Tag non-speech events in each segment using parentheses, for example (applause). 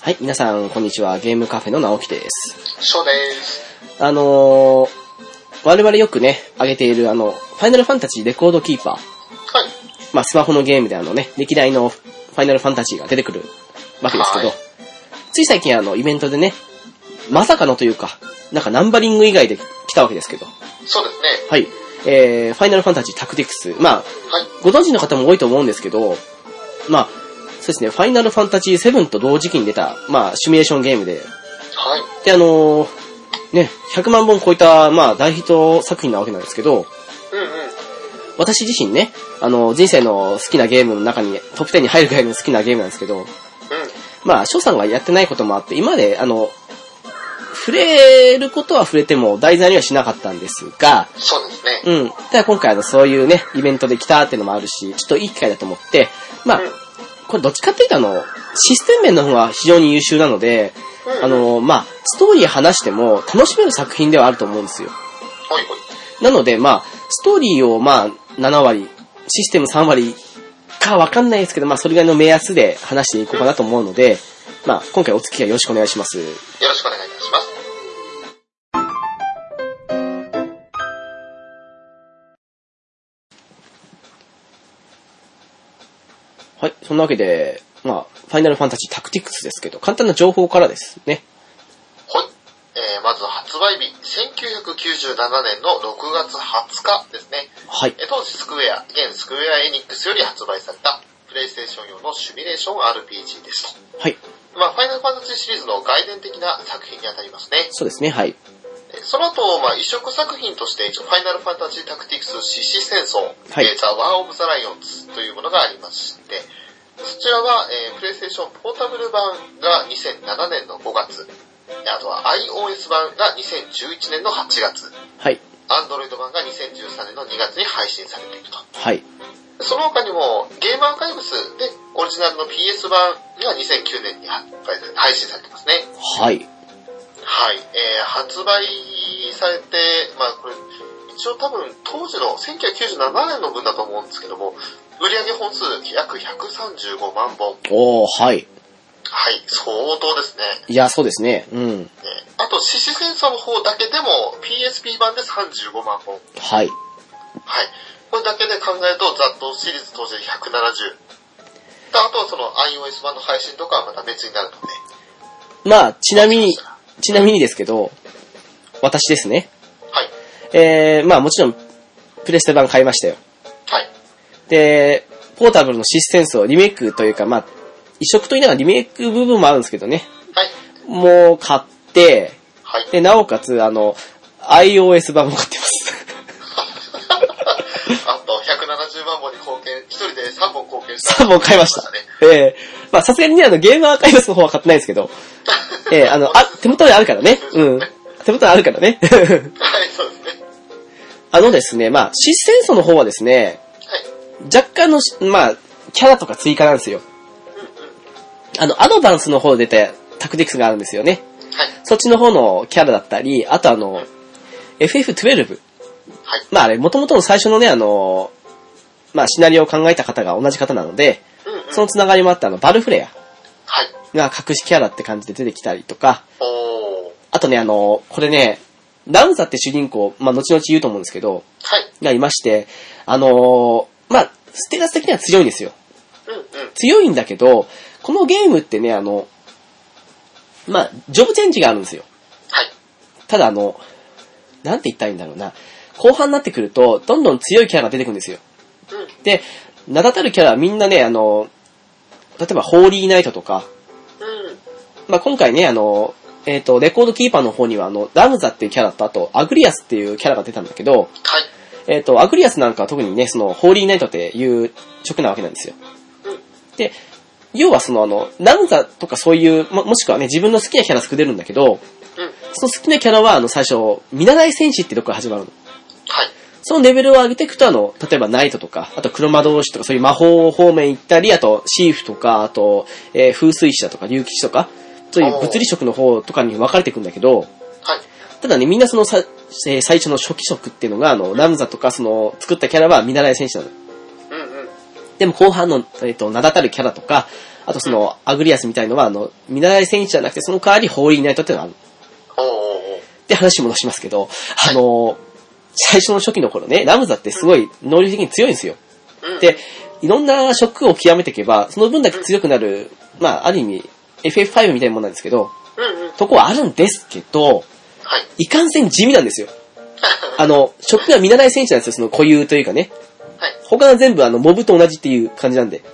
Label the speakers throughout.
Speaker 1: はい、皆さん、こんにちは。ゲームカフェの直樹です。
Speaker 2: そうです。
Speaker 1: あのー、我々よくね、上げている、あの、ファイナルファンタジーレコードキーパー。
Speaker 2: はい。
Speaker 1: まあ、スマホのゲームであのね、歴代のファイナルファンタジーが出てくるわけですけど、
Speaker 2: はい
Speaker 1: つい最近あの、イベントでね、まさかのというか、なんかナンバリング以外で来たわけですけど、
Speaker 2: そうですね。
Speaker 1: はい。えー、ファイナルファンタジータクティクス。まあ、
Speaker 2: はい。
Speaker 1: ご存知の方も多いと思うんですけど、まあ、そうですね、ファイナルファンタジー7と同時期に出た、まあ、シミュレーションゲームで、
Speaker 2: はい。
Speaker 1: で、あのーね、100万本超えた、まあ、大ヒット作品なわけなんですけど、
Speaker 2: うんうん。
Speaker 1: 私自身ね、あの、人生の好きなゲームの中に、トップ10に入るぐらいの好きなゲームなんですけど、
Speaker 2: う
Speaker 1: まあ、翔さんがやってないこともあって、今まで、あの、触れることは触れても題材にはしなかったんですが、
Speaker 2: ん。そうですね。
Speaker 1: うん。ただ今回あの、そういうね、イベントで来たってのもあるし、ちょっといい機会だと思って、まあ
Speaker 2: うん、
Speaker 1: これどっちかっていうとあの、システム面の方が非常に優秀なので、
Speaker 2: うん
Speaker 1: あの、まあ、ストーリー話しても楽しめる作品ではあると思うんですよ。
Speaker 2: ほいほい。
Speaker 1: なので、まあ、ストーリーをまあ、7割、システム3割かわかんないですけど、まあ、それぐらいの目安で話していこうかなと思うので、まあ、今回お付き合いよろしくお願いします。
Speaker 2: よろしくお願いいたします。
Speaker 1: はい、そんなわけで、まあ、ファイナルファンタジータクティクスですけど、簡単な情報からですね。
Speaker 2: ほい。えー、まず発売日、1997年の6月20日ですね。
Speaker 1: はい。
Speaker 2: えー当時スクウェア、現スクウェアエニックスより発売された、プレイステーション用のシミュレーション RPG ですと。
Speaker 1: はい。
Speaker 2: まあ、ファイナルファンタジーシリーズの概念的な作品にあたりますね。
Speaker 1: そうですね、はい。
Speaker 2: えーその後、まあ、移植作品として、ファイナルファンタジータクティクス獅子戦争、
Speaker 1: はい
Speaker 2: えーザ・ワー・オブ・ザ・ライオンズというものがありまして、そちらは、えープレイステーションポータブル版が2007年の5月、あとは iOS 版が2011年の8月、
Speaker 1: はい。
Speaker 2: Android 版が2013年の2月に配信されていると。
Speaker 1: はい。
Speaker 2: その他にも、ゲームアーカイブスでオリジナルの PS 版が2009年に発売され配信されてますね。
Speaker 1: はい。
Speaker 2: はい、えー発売されて、まあこれ、一応多分当時の1997年の分だと思うんですけども、売上本数約135万本。
Speaker 1: おー、はい。
Speaker 2: はい、相当ですね。
Speaker 1: いや、そうですね。うん。
Speaker 2: えーあと、獅子戦争の方だけでも PSP 版で35万本。
Speaker 1: はい。
Speaker 2: はい。これだけで考えると、ざっとシリーズ当時で170。であとはその iOS 版の配信とかはまた別になるので。
Speaker 1: まあ、ちなみに、ちなみにですけど、私ですね。
Speaker 2: はい。
Speaker 1: えー、まあもちろん、プレステ版買いましたよ。
Speaker 2: はい。
Speaker 1: で、ポータブルのシステンスをリメイクというか、まあ、移植と言いながらリメイク部分もあるんですけどね。
Speaker 2: はい。
Speaker 1: もう買って、
Speaker 2: はい。
Speaker 1: で、なおかつ、あの、iOS 版も買ってます。 (laughs)
Speaker 2: (laughs) あと、170万本に貢献、一人で3本貢献した。
Speaker 1: 3本買いました。ええまあさすがにね、あの、ゲームアーカイブスの方は買ってないんですけど、ええあの、あ、手元にあるからね。うん。手元にあるからね。 (laughs)
Speaker 2: はい、そうですね。
Speaker 1: あのですね、まあ、システンソの方はですね、
Speaker 2: はい。
Speaker 1: 若干のし、まあ、キャラとか追加なんですよ。あの、アドバンスの方で出たタクティクスがあるんですよね。
Speaker 2: はい。
Speaker 1: そっちの方のキャラだったり、あとあの、FF12。
Speaker 2: はい。
Speaker 1: まああれ、もともとの最初のね、あの、まあシナリオを考えた方が同じ方なので、
Speaker 2: うんうん。
Speaker 1: そのつながりもあったあの、バルフレ
Speaker 2: はい。
Speaker 1: アが隠しキャラって感じで出てきたりとか、
Speaker 2: おー。
Speaker 1: あとね、あの、これね、ラウザって主人公、まあ後々言うと思うんですけど、
Speaker 2: はい。
Speaker 1: がいまして、あの、まあ、ステータス的には強いんですよ。
Speaker 2: うんうん。
Speaker 1: 強いんだけど、このゲームってね、あの、まあ、ジョブチェンジがあるんですよ。
Speaker 2: はい。
Speaker 1: ただあの、なんて言ったらいいんだろうな。後半になってくると、どんどん強いキャラが出てくるんですよ。
Speaker 2: うん。
Speaker 1: で、名だたるキャラはみんなね、あの、例えばホーリーナイトとか、
Speaker 2: うん。
Speaker 1: まあ、今回ね、あの、えっ、と、レコードキーパーの方にはあの、ラムザっていうキャラと、あと、アグリアスっていうキャラが出たんだけど、
Speaker 2: はい。
Speaker 1: えっ、と、アグリアスなんかは特にね、その、ホーリーナイトっていう職なわけなんですよ。
Speaker 2: うん。
Speaker 1: で、要はそのあの、ラムザとかそういう、ももしくはね、自分の好きなキャラ作れるんだけど、
Speaker 2: うん。
Speaker 1: その好きなキャラはあの、最初、見習い戦士ってとこから始まるの。
Speaker 2: はい。
Speaker 1: そのレベルを上げていくとあの、例えばナイトとか、あと黒魔道士とかそういう魔法方面行ったり、あとシーフとか、あと、えー風水師だとか竜騎士とか、そういう物理職の方とかに分かれていくんだけど、
Speaker 2: はい。
Speaker 1: ただね、みんなそのさ、えー最初の初期職っていうのが、あの、ラムザとかその、作ったキャラは見習い戦士なの。
Speaker 2: うんうん。
Speaker 1: でも後半の、えっ、と、名だたるキャラとか、あとその、アグリアスみたいのは、あの、見習い戦士じゃなくて、その代わりホーリーナイトっていうのがある。
Speaker 2: おーおーおー
Speaker 1: で、話戻しますけど、あの、最初の初期の頃ね、ラムザってすごい能力的に強いんですよ。
Speaker 2: うん。
Speaker 1: で、いろんなショックを極めていけば、その分だけ強くなる、まあ、ある意味、FF5 みたいなもんなんですけど、
Speaker 2: うんうん。
Speaker 1: とこはあるんですけど、
Speaker 2: はい。 (laughs)
Speaker 1: いかんせん地味なんですよ。あの、ショックが見習い戦士なんですよ、その固有というかね。
Speaker 2: はい。
Speaker 1: 他は全部あの、モブと同じっていう感じなんで。で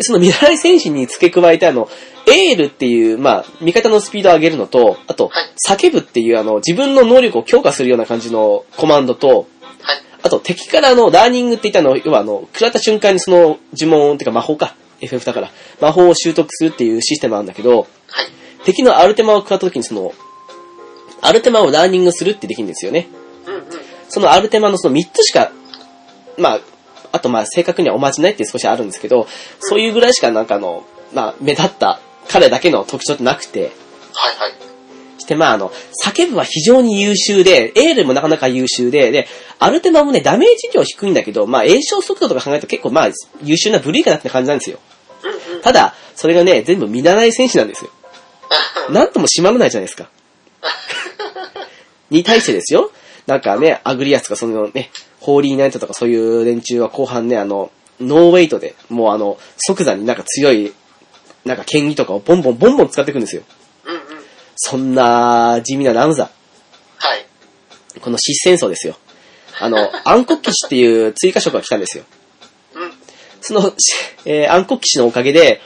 Speaker 1: その見習い戦士に付け加えてあの、エールっていう、まあ、味方のスピードを上げるのと、あと
Speaker 2: はい、
Speaker 1: 叫ぶっていうあの、自分の能力を強化するような感じのコマンドと、
Speaker 2: はい。
Speaker 1: あと敵からあの、ラーニングって言ったの、要はあの、食らった瞬間にその呪文っていうか魔法か。FF だから。魔法を習得するっていうシステムなんだけど、
Speaker 2: はい。
Speaker 1: 敵のアルテマを食らった時にその、アルテマをラーニングするってできるんですよね。
Speaker 2: うんうん。
Speaker 1: そのアルテマのその3つしか、まあ、あとまあ正確にはおまじないって少しあるんですけど、そういうぐらいしかなんかあの、まあ目立った彼だけの特徴ってなくて、
Speaker 2: はいはい。
Speaker 1: してまああの、叫ぶは非常に優秀で、エールもなかなか優秀で、で、アルテマもね、ダメージ量低いんだけど、まあ炎症速度とか考えると結構まあ優秀な部類かなって感じなんですよ。
Speaker 2: うんうん。
Speaker 1: ただ、それがね、全部見習い選手なんです
Speaker 2: (laughs)
Speaker 1: よ。なんとも閉まらないじゃないですか。に対してですよ。なんかね、アグリアスとかそのね、ホーリーナイトとかそういう連中は後半ね、あの、ノーウェイトで、もうあの、即座になんか強い、なんか剣技とかをボンボンボンボン使っていくんですよ。
Speaker 2: うんうん。
Speaker 1: そんな地味なラムザ。
Speaker 2: はい。
Speaker 1: この失戦争ですよ。あの、暗黒騎士っていう追加色が来たんですよ。
Speaker 2: うん。
Speaker 1: その、しえー暗黒騎士のおかげで、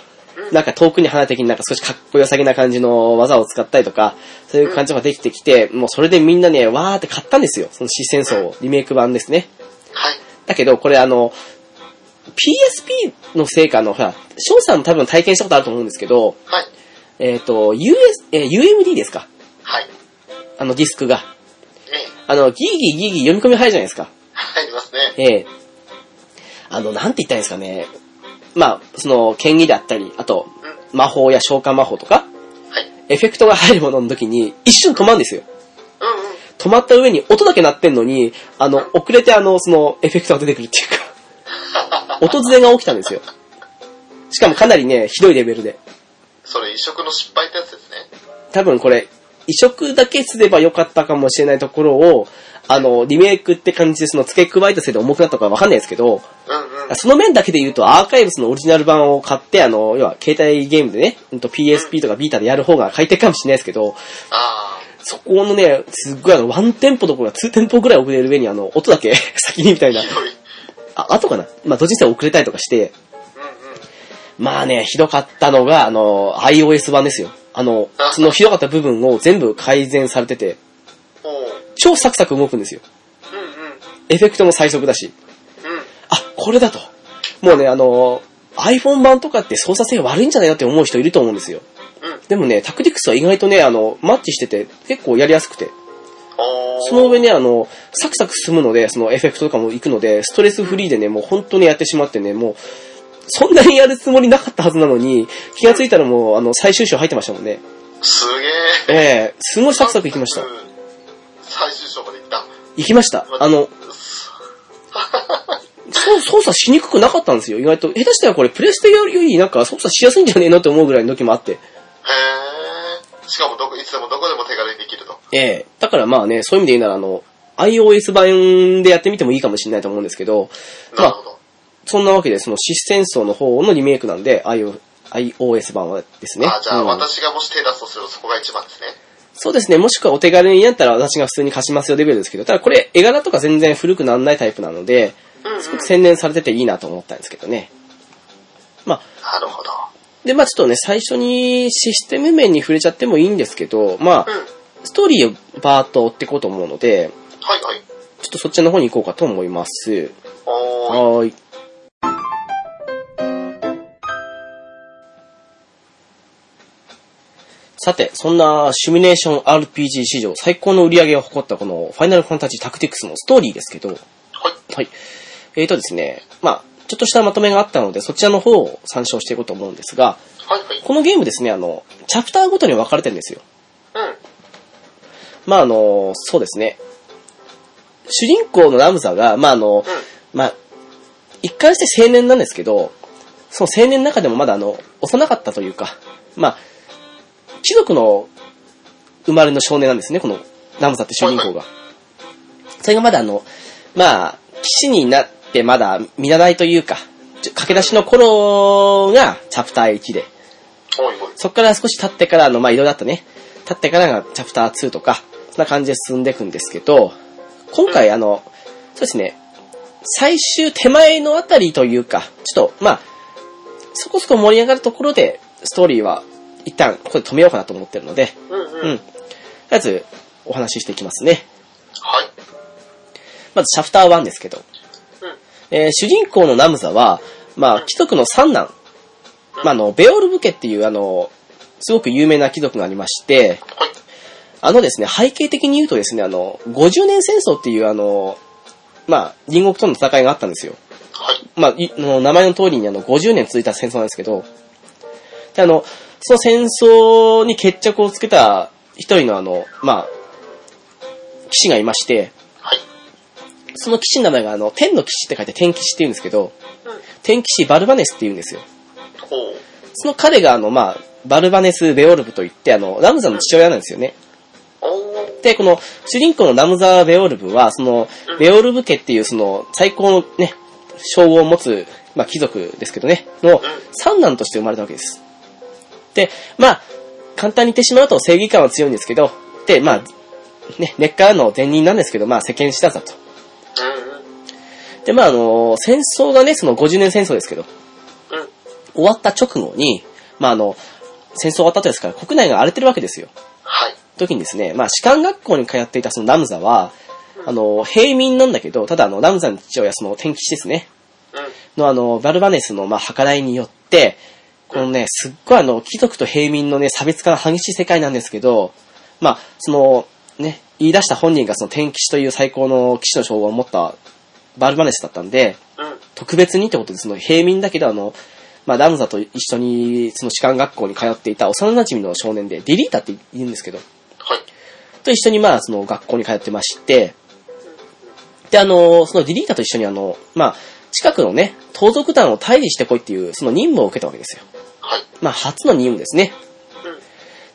Speaker 1: なんか遠くに花的になんか少しかっこよさげな感じの技を使ったりとか、そういう感じができてきて、もうそれでみんなね、わーって買ったんですよ。その死戦争を、リメイク版ですね。
Speaker 2: はい。
Speaker 1: だけど、これあの、PSP の成果の、ほら、翔さんも多分体験したことあると思うんですけど、
Speaker 2: はい。
Speaker 1: えっ、と、US、えー UMD ですか
Speaker 2: はい。
Speaker 1: あのディスクが。
Speaker 2: ええ。
Speaker 1: あの、ギーギーギーギー読み込み早いじゃないですか。
Speaker 2: 入りますね。
Speaker 1: ええあの、なんて言ったらいいんですかね。まあ、その、剣技であったり、あと、魔法や召喚魔法とか、
Speaker 2: はい。
Speaker 1: エフェクトが入るものの時に、一瞬止まるんですよ。
Speaker 2: うんうん。
Speaker 1: 止まった上に音だけ鳴ってんのに、あの、遅れてあの、その、エフェクトが出てくるっていうか、音ずれが起きたんですよ。しかもかなりね、ひどいレベルで。
Speaker 2: それ移植の失敗ってやつですね。
Speaker 1: 多分これ、移植だけすればよかったかもしれないところを、あの、リメイクって感じでその付け加えたせいで重くなったのかわかんないですけど、
Speaker 2: うんうん。
Speaker 1: その面だけで言うと、アーカイブスのオリジナル版を買って、あの、要は、携帯ゲームでね、うんと PSP とかビータでやる方が快適かもしれないですけど、
Speaker 2: あ
Speaker 1: そこのね、すっごいあの、ワンテンポどころか2テンポぐらい遅れる上に、あの、音だけ (laughs) 先にみたい
Speaker 2: あ。
Speaker 1: な、
Speaker 2: ひどい。うん
Speaker 1: あ、後かなまあ、どっちにせよ遅れたりとかして、
Speaker 2: うん。
Speaker 1: まあね、ひどかったのが、あの、iOS 版ですよ。あの、そのひどかった部分を全部改善されてて、
Speaker 2: おう。
Speaker 1: 超サクサク動くんですよ。
Speaker 2: うんうん。
Speaker 1: エフェクトも最速だし。
Speaker 2: うん。
Speaker 1: あ、これだと。もうね、あの、iPhone 版とかって操作性悪いんじゃないかって思う人いると思うんですよ。
Speaker 2: うん。
Speaker 1: でもね、タクティクスは意外とね、あの、マッチしてて、結構やりやすくて。
Speaker 2: おー。
Speaker 1: その上ね、あの、サクサク進むので、そのエフェクトとかも行くので、ストレスフリーでね、もう本当にやってしまってね、もう、そんなにやるつもりなかったはずなのに、気がついたらもう、あの、最終章入ってましたもんね。
Speaker 2: すげ
Speaker 1: え
Speaker 2: え。
Speaker 1: えすごいサクサク行きました
Speaker 2: う。ん。最終章まで行った。
Speaker 1: 行きました。あの、そう操作しにくくなかったんですよ。意外と。下手したらこれ、プレステよりなんか操作しやすいんじゃねえのって思うぐらいの時もあって。
Speaker 2: へー。しかもどこ、いつでもどこでも手軽にできると。
Speaker 1: ええだからまあね、そういう意味で言うなら、あの、iOS 版でやってみてもいいかもしれないと思うんですけど、ま
Speaker 2: なる
Speaker 1: あ
Speaker 2: ほ、ど。
Speaker 1: そんなわけで、その、シス戦争の方のリメイクなんで、IO iOS 版はですね。
Speaker 2: あ、じゃあ
Speaker 1: うん
Speaker 2: 私がもし手出すとするとそこが一番ですね。
Speaker 1: そうですね、もしくはお手軽にやったら私が普通に貸しますよレベルですけど、ただこれ、絵柄とか全然古くならないタイプなので、
Speaker 2: うん、うん。
Speaker 1: すごく洗練されてていいなと思ったんですけどね。まあ、
Speaker 2: なるほど。
Speaker 1: で、まあちょっとね、最初にシステム面に触れちゃってもいいんですけど、まあ
Speaker 2: うん。、
Speaker 1: ストーリーをバーッと追っていこうと思うので、
Speaker 2: はいはい。
Speaker 1: ちょっとそっちの方に行こうかと思います。
Speaker 2: おー。
Speaker 1: はーい。さて、そんなシミュレーション RPG 史上最高の売り上げを誇ったこのファイナルファンタジータクティクスのストーリーですけど、
Speaker 2: はい。
Speaker 1: はい。えーとですね、まあちょっとしたまとめがあったので、そちらの方を参照していこうと思うんですが、
Speaker 2: はいはい。
Speaker 1: このゲームですね、あの、チャプターごとに分かれてるんですよ。
Speaker 2: うん。
Speaker 1: まああの、そうですね。主人公のラムザが、まああの、
Speaker 2: う
Speaker 1: まあ一貫して青年なんですけど、その青年の中でもまだあの、幼かったというか、まあ、貴族の生まれの少年なんですね、このラムサって主人公が。それがまだあの、まあ、騎士になってまだ見習いというか、ちょ駆け出しの頃がチャプター1で、
Speaker 2: おいおい。
Speaker 1: そこから少し経ってからの、まあいろいろあったね。経ってからがチャプター2とか、そんな感じで進んでいくんですけど、今回あの、そうですね、最終手前のあたりというか、ちょっと、まあ、そこそこ盛り上がるところで、ストーリーは一旦ここで止めようかなと思ってるので、
Speaker 2: うん
Speaker 1: う
Speaker 2: うん
Speaker 1: ん。。とりあえず、お話ししていきますね。
Speaker 2: はい。
Speaker 1: まず、チャプター1ですけど、
Speaker 2: うん。
Speaker 1: えー主人公のナムザは、まあ、貴族の三男、まあ、あの、ベオルブ家っていう、あの、すごく有名な貴族がありまして、
Speaker 2: はい。
Speaker 1: あのですね、背景的に言うとですね、あの、50年戦争っていう、あの、まあ、隣国との戦いがあったんですよ。
Speaker 2: はい。
Speaker 1: まあ、いあの名前の通りにあの、50年続いた戦争なんですけど、で、あの、その戦争に決着をつけた一人のあの、まあ、騎士がいまして、
Speaker 2: はい。
Speaker 1: その騎士の名前があの、天の騎士って書いて天騎士って言うんですけど、
Speaker 2: うん。
Speaker 1: 天騎士バルバネスって言うんですよ。
Speaker 2: ほう。
Speaker 1: その彼があの、まあ、バルバネス・ベオルブといって、あの、ラムザの父親なんですよね。
Speaker 2: おー。
Speaker 1: で、この主人公のラムザ・ベオルブは、その
Speaker 2: うん、
Speaker 1: ベオルブ家っていうその、最高のね、称号を持つ、まあ、貴族ですけどね、の三男として生まれたわけです。で、まあ、簡単に言ってしまうと正義感は強いんですけど、で、まあ、ね、根っからの善人なんですけど、まあ、世間知らずだと。
Speaker 2: うん
Speaker 1: で、まあ、あの、戦争がね、その50年戦争ですけど、
Speaker 2: うん。うん。
Speaker 1: 終わった直後に、まあ、あの、戦争終わった後ですから、国内が荒れてるわけですよ。
Speaker 2: はい。
Speaker 1: 時にですね、まあ、士官学校に通っていたそのラムザは、あの、平民なんだけど、ただあの、ラムザの父親、その、天吉ですね、
Speaker 2: うん。
Speaker 1: のあの、バルバネスの、まあ、計らいによって、このね、すっごいあの、貴族と平民のね、差別化が激しい世界なんですけど、まあ、その、ね、言い出した本人がその天吉という最高の騎士の称号を持ったバルバネスだったんで、
Speaker 2: うん。
Speaker 1: 特別にってことで、その平民だけど、あの、まあ、ラムザと一緒に、その士官学校に通っていた幼馴染の少年で、ディリータって言うんですけど、
Speaker 2: はい。
Speaker 1: と一緒にまあ、その学校に通ってまして、で、あの、そのディリータと一緒にあの、まあ、近くのね、盗賊団を退治してこいっていう、その任務を受けたわけですよ。
Speaker 2: はい。
Speaker 1: まあ、初の任務ですね。
Speaker 2: うん。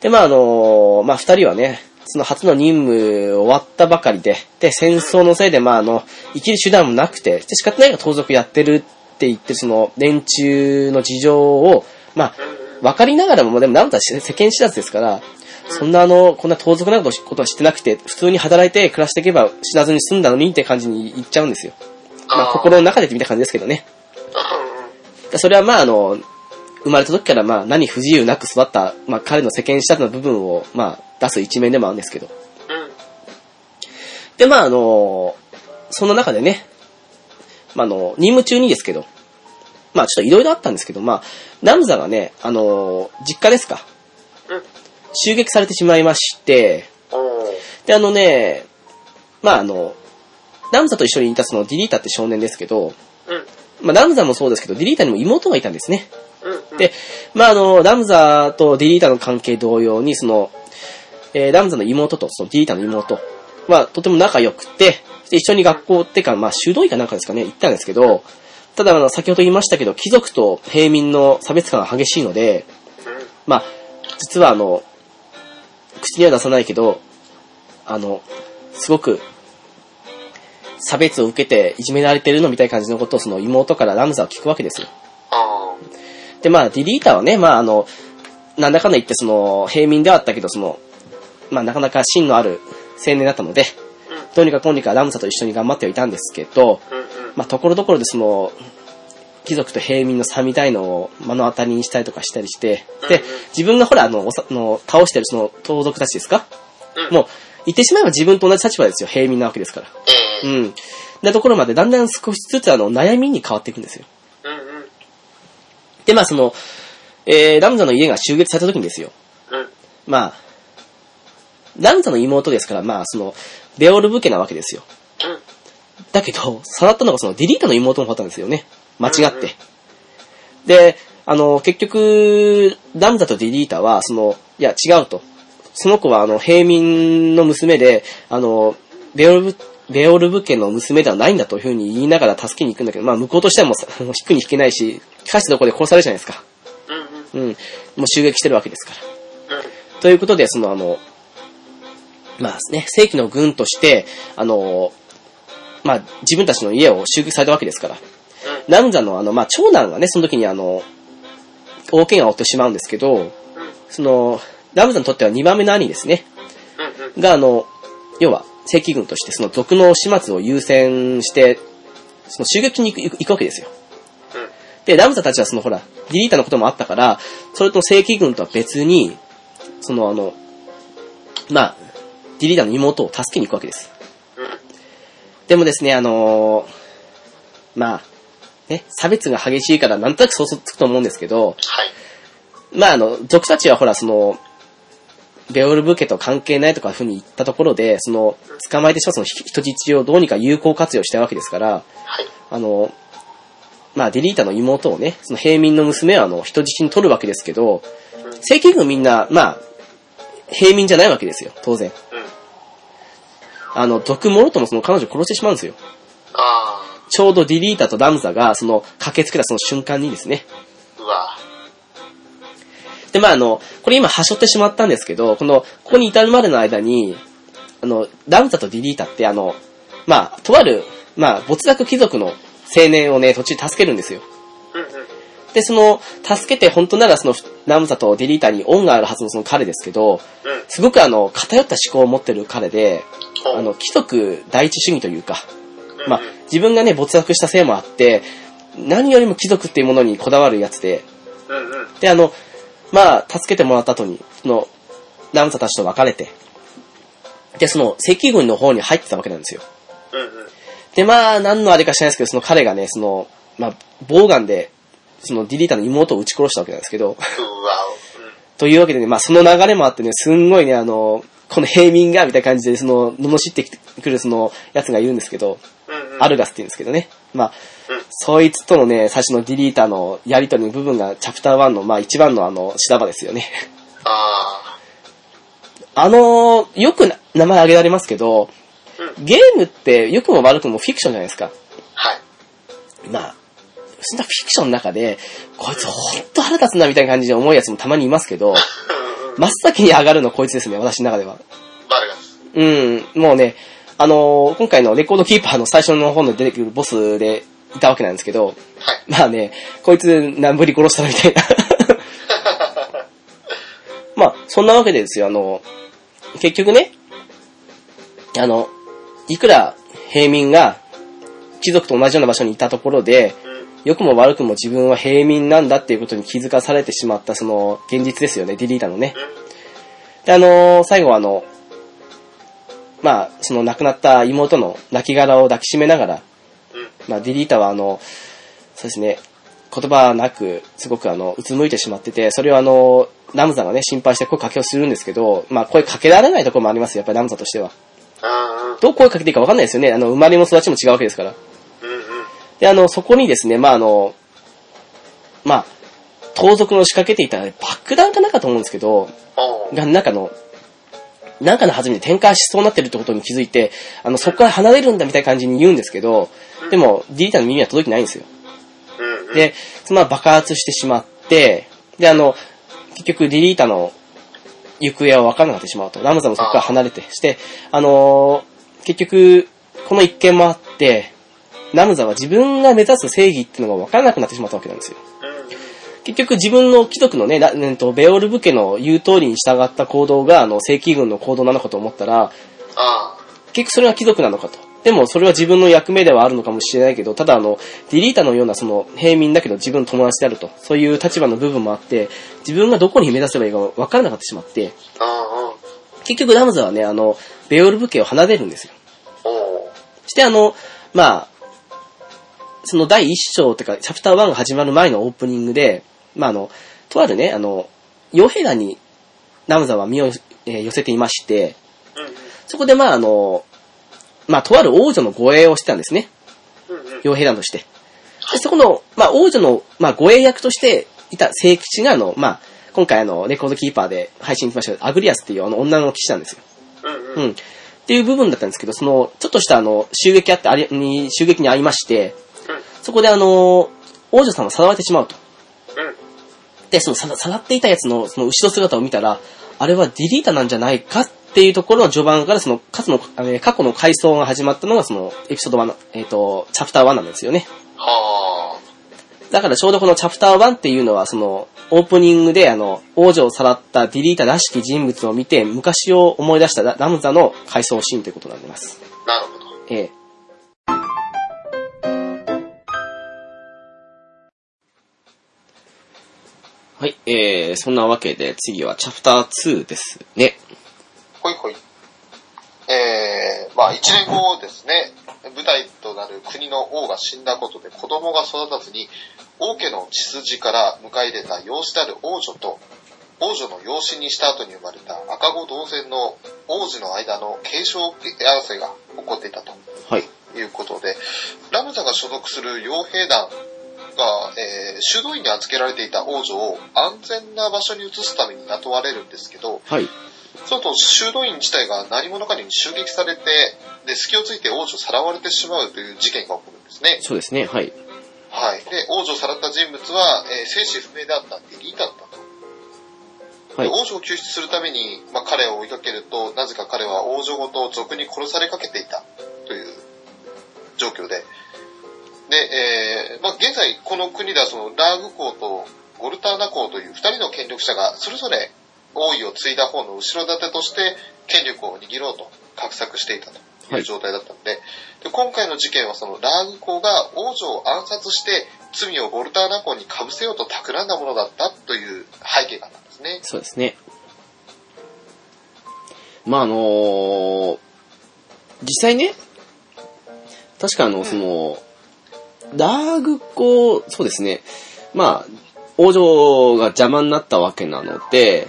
Speaker 1: で、まあ、あの、まあ、二人はね、その初の任務終わったばかりで、で、戦争のせいで、まあ、あの、生きる手段もなくて、で、仕方ないが盗賊やってるって言ってる、その、連中の事情を、まあ、
Speaker 2: うん。
Speaker 1: 分かりながらも、でもなんだ世間知らずですから、そんなあの、こんな盗賊なことことは知ってなくて、普通に働いて暮らしていけば死なずに済んだのにって感じに言っちゃうんですよ。まあ
Speaker 2: ー
Speaker 1: 心の中でって見た感じですけどね。
Speaker 2: う
Speaker 1: それはまああの、生まれた時からまあ何不自由なく育った、まあ彼の世間知らずの部分をまあ出す一面でもあるんですけど。
Speaker 2: ん。うん。
Speaker 1: でまああの、そんな中でね、まああの、任務中にですけど、まあちょっといろいろあったんですけど、まあ、ラムザがね、あの、実家ですか、
Speaker 2: うん。
Speaker 1: 襲撃されてしまいまして、
Speaker 2: おー。
Speaker 1: で、あのね、まああの、ラムザと一緒にいたそのディリータって少年ですけど、
Speaker 2: うん。
Speaker 1: まあラムザもそうですけど、ディリータにも妹がいたんですね。
Speaker 2: うん。
Speaker 1: で、まああの、ラムザとディリータの関係同様に、その、えーラムザの妹とそのディリータの妹はとても仲良くて、で一緒に学校ってか、まあ修道院かなんかですかね、行ったんですけど、ただあの、先ほど言いましたけど、貴族と平民の差別感が激しいので、
Speaker 2: うん。
Speaker 1: まあ、実はあの、口には出さないけど、あの、すごく、差別を受けていじめられてるのみたいな感じのことをその妹からラムザは聞くわけですよ。
Speaker 2: あ
Speaker 1: で、まあ、ディリーターはね、まあ、あの、なんだかんだ言ってその、平民ではあったけど、その、まあ、なかなか芯のある青年だったので、どうにかこうにかラムザと一緒に頑張ってはいたんですけど、
Speaker 2: ー。うん。うん。
Speaker 1: まあ、ところどころでその、貴族と平民の差みたいのを目の当たりにしたりとかしたりして、
Speaker 2: うん
Speaker 1: で
Speaker 2: うん、
Speaker 1: 自分がほら、あの、おさあの倒してるその盗賊たちですか
Speaker 2: うん
Speaker 1: もう、言ってしまえば自分と同じ立場ですよ、平民なわけですから。
Speaker 2: え
Speaker 1: う
Speaker 2: ー。
Speaker 1: ん。なところまでだんだん少しずつあの、悩みに変わっていくんですよ。
Speaker 2: うん。うん。
Speaker 1: で、まあその、えー、ラムザの家が襲撃された時にですよ。
Speaker 2: うん。
Speaker 1: まあ、ラムザの妹ですから、まあその、ベオルブ家なわけですよ。
Speaker 2: うん。
Speaker 1: だけど、さらったのがそのディリータの妹の方だったんですよね。間違っ
Speaker 2: うんうん
Speaker 1: て。で、あの、結局、ラムザとディリータは、その、いや、違うと。その子は、あの、平民の娘で、あの、ベオルブ、ベオルブ家の娘ではないんだというふうに言いながら助けに行くんだけど、まあ、向こうとしてはもうさ引くに引けないし、ピカチュウの子で殺されるじゃないですか。
Speaker 2: うんうん。
Speaker 1: うん。もう襲撃してるわけですから。
Speaker 2: うん。
Speaker 1: ということで、そのあの、まあね、正規の軍として、あの、まあ自分たちの家を襲撃されたわけですから。ナムザのあの、まあ長男がね、その時にあの、大怪我を負ってしまうんですけど、
Speaker 2: うん。うん。
Speaker 1: その、ナムザにとっては2番目の兄ですね。
Speaker 2: うん。うん。
Speaker 1: が、あの、要は正規軍としてその族の始末を優先して、その襲撃に行く行く行くわけですよ。
Speaker 2: うん。
Speaker 1: で、ラムザたちはそのほら、ディリータのこともあったから、それと正規軍とは別に、そのあの、まあ、ディリータの妹を助けに行くわけです。でもですね、あのーまあ、ね、差別が激しいからなんとなく想像つくと思うんですけど、
Speaker 2: はい。
Speaker 1: まああの、族たちはほら、その、ベオルブ家と関係ないとかいうふうに言ったところで、その、捕まえてしまうその人質をどうにか有効活用したいわけですから、
Speaker 2: はい。
Speaker 1: あの、まあ、ディリータの妹をね、その平民の娘をあの、人質に取るわけですけど、
Speaker 2: うん。
Speaker 1: 正規軍みんな、まあ、平民じゃないわけですよ、当然。
Speaker 2: うん。
Speaker 1: あの、族もろともその彼女を殺してしまうんですよ。
Speaker 2: あ
Speaker 1: ちょうどディリータとラムザが、その、駆けつけたその瞬間にですね。
Speaker 2: ー。うわ
Speaker 1: で、まあ、あの、これ今、端折ってしまったんですけど、この、ここに至るまでの間に、あの、ラムザとディリータって、あの、まあ、とある、まあ、没落貴族の青年をね、途中で助けるんですよ。
Speaker 2: うんうん。
Speaker 1: で、その、助けて、本当ならその、ラムザとディリータに恩があるはずのその彼ですけど、
Speaker 2: うん。
Speaker 1: すごくあの、偏った思考を持ってる彼で、
Speaker 2: ほう
Speaker 1: あの、貴族第一主義というか、まあ
Speaker 2: うんうん、
Speaker 1: 自分がね、没落したせいもあって、何よりも貴族っていうものにこだわるやつで、
Speaker 2: うんうん。
Speaker 1: で、あの、まあ、助けてもらった後に、その、ラムザたちと別れて、で、その、赤軍の方に入ってたわけなんですよ。
Speaker 2: うんうん。
Speaker 1: で、まあ、何のあれか知らないですけど、その彼がね、その、まあ、ボウガンで、そのディリータの妹を撃ち殺したわけなんですけど、
Speaker 2: うわう
Speaker 1: というわけでね、まあその流れもあってね、すんごいね、あの、この平民が、みたいな感じで、その、罵ってくるその、やつがいるんですけど、
Speaker 2: ん。うんうん。
Speaker 1: アルガスって言うんですけどね。まあ、
Speaker 2: うん。
Speaker 1: そいつとのね、最初のディリーターのやりとりの部分が、チャプター1の、まあ一番のあの、修羅場ですよね。
Speaker 2: あ
Speaker 1: あのー、よくな名前挙げられますけど、
Speaker 2: ー。うん。
Speaker 1: ゲームって良くも悪くもフィクションじゃないですか。
Speaker 2: はい。
Speaker 1: まあ、そんなフィクションの中で、こいつほんと腹立つなみたいな感じで思うやつもたまにいますけど、
Speaker 2: うんうん。
Speaker 1: 真っ先に上がるのこいつですね、私の中では。
Speaker 2: バルガス。
Speaker 1: うん、もうね、あのー今回のレコードキーパーの最初の方の出てくるボスでいたわけなんですけど、 (laughs)
Speaker 2: はい。
Speaker 1: まあね、こいつ何ぶり殺したのみたいな。 (laughs) まあ、そんなわけでですよ、あの、結局ね、あの、いくら平民が貴族と同じような場所にいたところで、
Speaker 2: うん。
Speaker 1: 良くも悪くも自分は平民なんだっていうことに気づかされてしまったその現実ですよね、ディリータのね。
Speaker 2: うん。
Speaker 1: で、あのー最後はあの、まあ、その亡くなった妹の亡骸を抱きしめながら、
Speaker 2: うん。
Speaker 1: まあ、ディリータはあの、そうですね、言葉なく、すごくあの、うつむいてしまってて、それをあの、ラムザがね、心配して声かけをするんですけど、まあ、声かけられないところもありますよ、やっぱりラムザとしては。
Speaker 2: あ
Speaker 1: どう声かけていいかわかんないですよね。あの、生まれも育ちも違うわけですから。
Speaker 2: ー。うんうん。
Speaker 1: で、あの、そこにですね、まあ、あの、まあ、盗賊の仕掛けていた爆弾かなんかと思うんですけど、
Speaker 2: おー。
Speaker 1: が、なんかの、なんかの弾みで展開しそうになってるってことに気づいて、あの、そこから離れるんだみたいな感じに言うんですけど、でも、ディリータの耳には届いてないんですよ。
Speaker 2: うんうん。
Speaker 1: で、そのまま爆発してしまって、で、あの、結局、ディリータの行方は分からなくなってしまうと。ラムザもそこから離れて、して、あのー結局、この一件もあって、ラムザは自分が目指す正義っていうのが分からなくなってしまったわけなんですよ。
Speaker 2: うんうん。
Speaker 1: 結局自分の貴族のね、なえっとベオルブ家の言う通りに従った行動が、あの、正規軍の行動なのかと思ったら、
Speaker 2: あ
Speaker 1: 結局それは貴族なのかと。でもそれは自分の役目ではあるのかもしれないけど、ただあの、ディリータのようなその平民だけど自分の友達であると。そういう立場の部分もあって、自分がどこに目指せばいいか分からなかったしまって、
Speaker 2: ー。あ
Speaker 1: 結局ラムザはね、あの、ベオルブ家を離れるんですよ。
Speaker 2: ー。おー。
Speaker 1: してあの、まあ、その第一章というか、チャプター1が始まる前のオープニングで、まああの、とあるね、あの、傭兵団にラムザは身を、えー寄せていまして、
Speaker 2: う
Speaker 1: そこでまああの、まあとある王女の護衛をしてたんですね。
Speaker 2: んうん。うんうん。
Speaker 1: 傭兵団として。で、そこの、まあ、王女の、まあ、護衛役としていた聖騎士が、あの、まあ、今回あの、レコードキーパーで配信しましたけどアグリアスっていうあの、女の騎士なんですよ。
Speaker 2: うんう。
Speaker 1: うんん。っていう部分だったんですけど、その、ちょっとしたあの、襲撃あって、あれに、襲撃に遭いまして、そこであの、王女さんはさらわれてしまうと。
Speaker 2: うん。
Speaker 1: で、そのささらっていたやつのその後ろ姿を見たら、あれはディリータなんじゃないかっていうところの序盤からその過去の、えー過去の回想が始まったのがそのエピソード1の、えっ、と、チャプター1なんですよね。
Speaker 2: は
Speaker 1: だからちょうどこのチャプター1っていうのはそのオープニングであの王女をさらったディリータらしき人物を見て昔を思い出したララムザの回想シーンということになります。
Speaker 2: あ。なるほど。
Speaker 1: ええ。はい、えー、そんなわけで次はチャプター2ですね。
Speaker 2: ほいほい。えー、まあ一年後ですね、舞台となる国の王が死んだことで子供が育たずに、王家の血筋から迎え入れた養子である王女と、王女の養子にした後に生まれた赤子同然の王子の間の継承争いが起こっていたと。
Speaker 1: はい。
Speaker 2: ということで、ラムザが所属する傭兵団が、えー修道院に預けられていた王女を安全な場所に移すために雇われるんですけど、
Speaker 1: はい。
Speaker 2: その後修道院自体が何者かに襲撃されて、で、隙をついて王女をさらわれてしまうという事件が起こるんですね。
Speaker 1: そうですね。はい。
Speaker 2: はい。で、王女をさらった人物は、えー生死不明であったデリータだったと。
Speaker 1: は
Speaker 2: で
Speaker 1: い。
Speaker 2: 王女を救出するために、まあ、彼を追いかけると、なぜか彼は王女ごと賊に殺されかけていたという状況で。で、えーまあ、現在この国ではそのラーグ公とゴルターナ公という二人の権力者がそれぞれ王位を継いだ方の後ろ盾として権力を握ろうと画策していたという状態だったので、で今回の事件はそのラーグ公が王女を暗殺して罪をゴルターナ公に被せようと企んだものだったという背景があったんですね。
Speaker 1: そうですね。まあ、あのー実際ね、確かあの、その、ラーグコ、そうですね。まあ、王女が邪魔になったわけなので、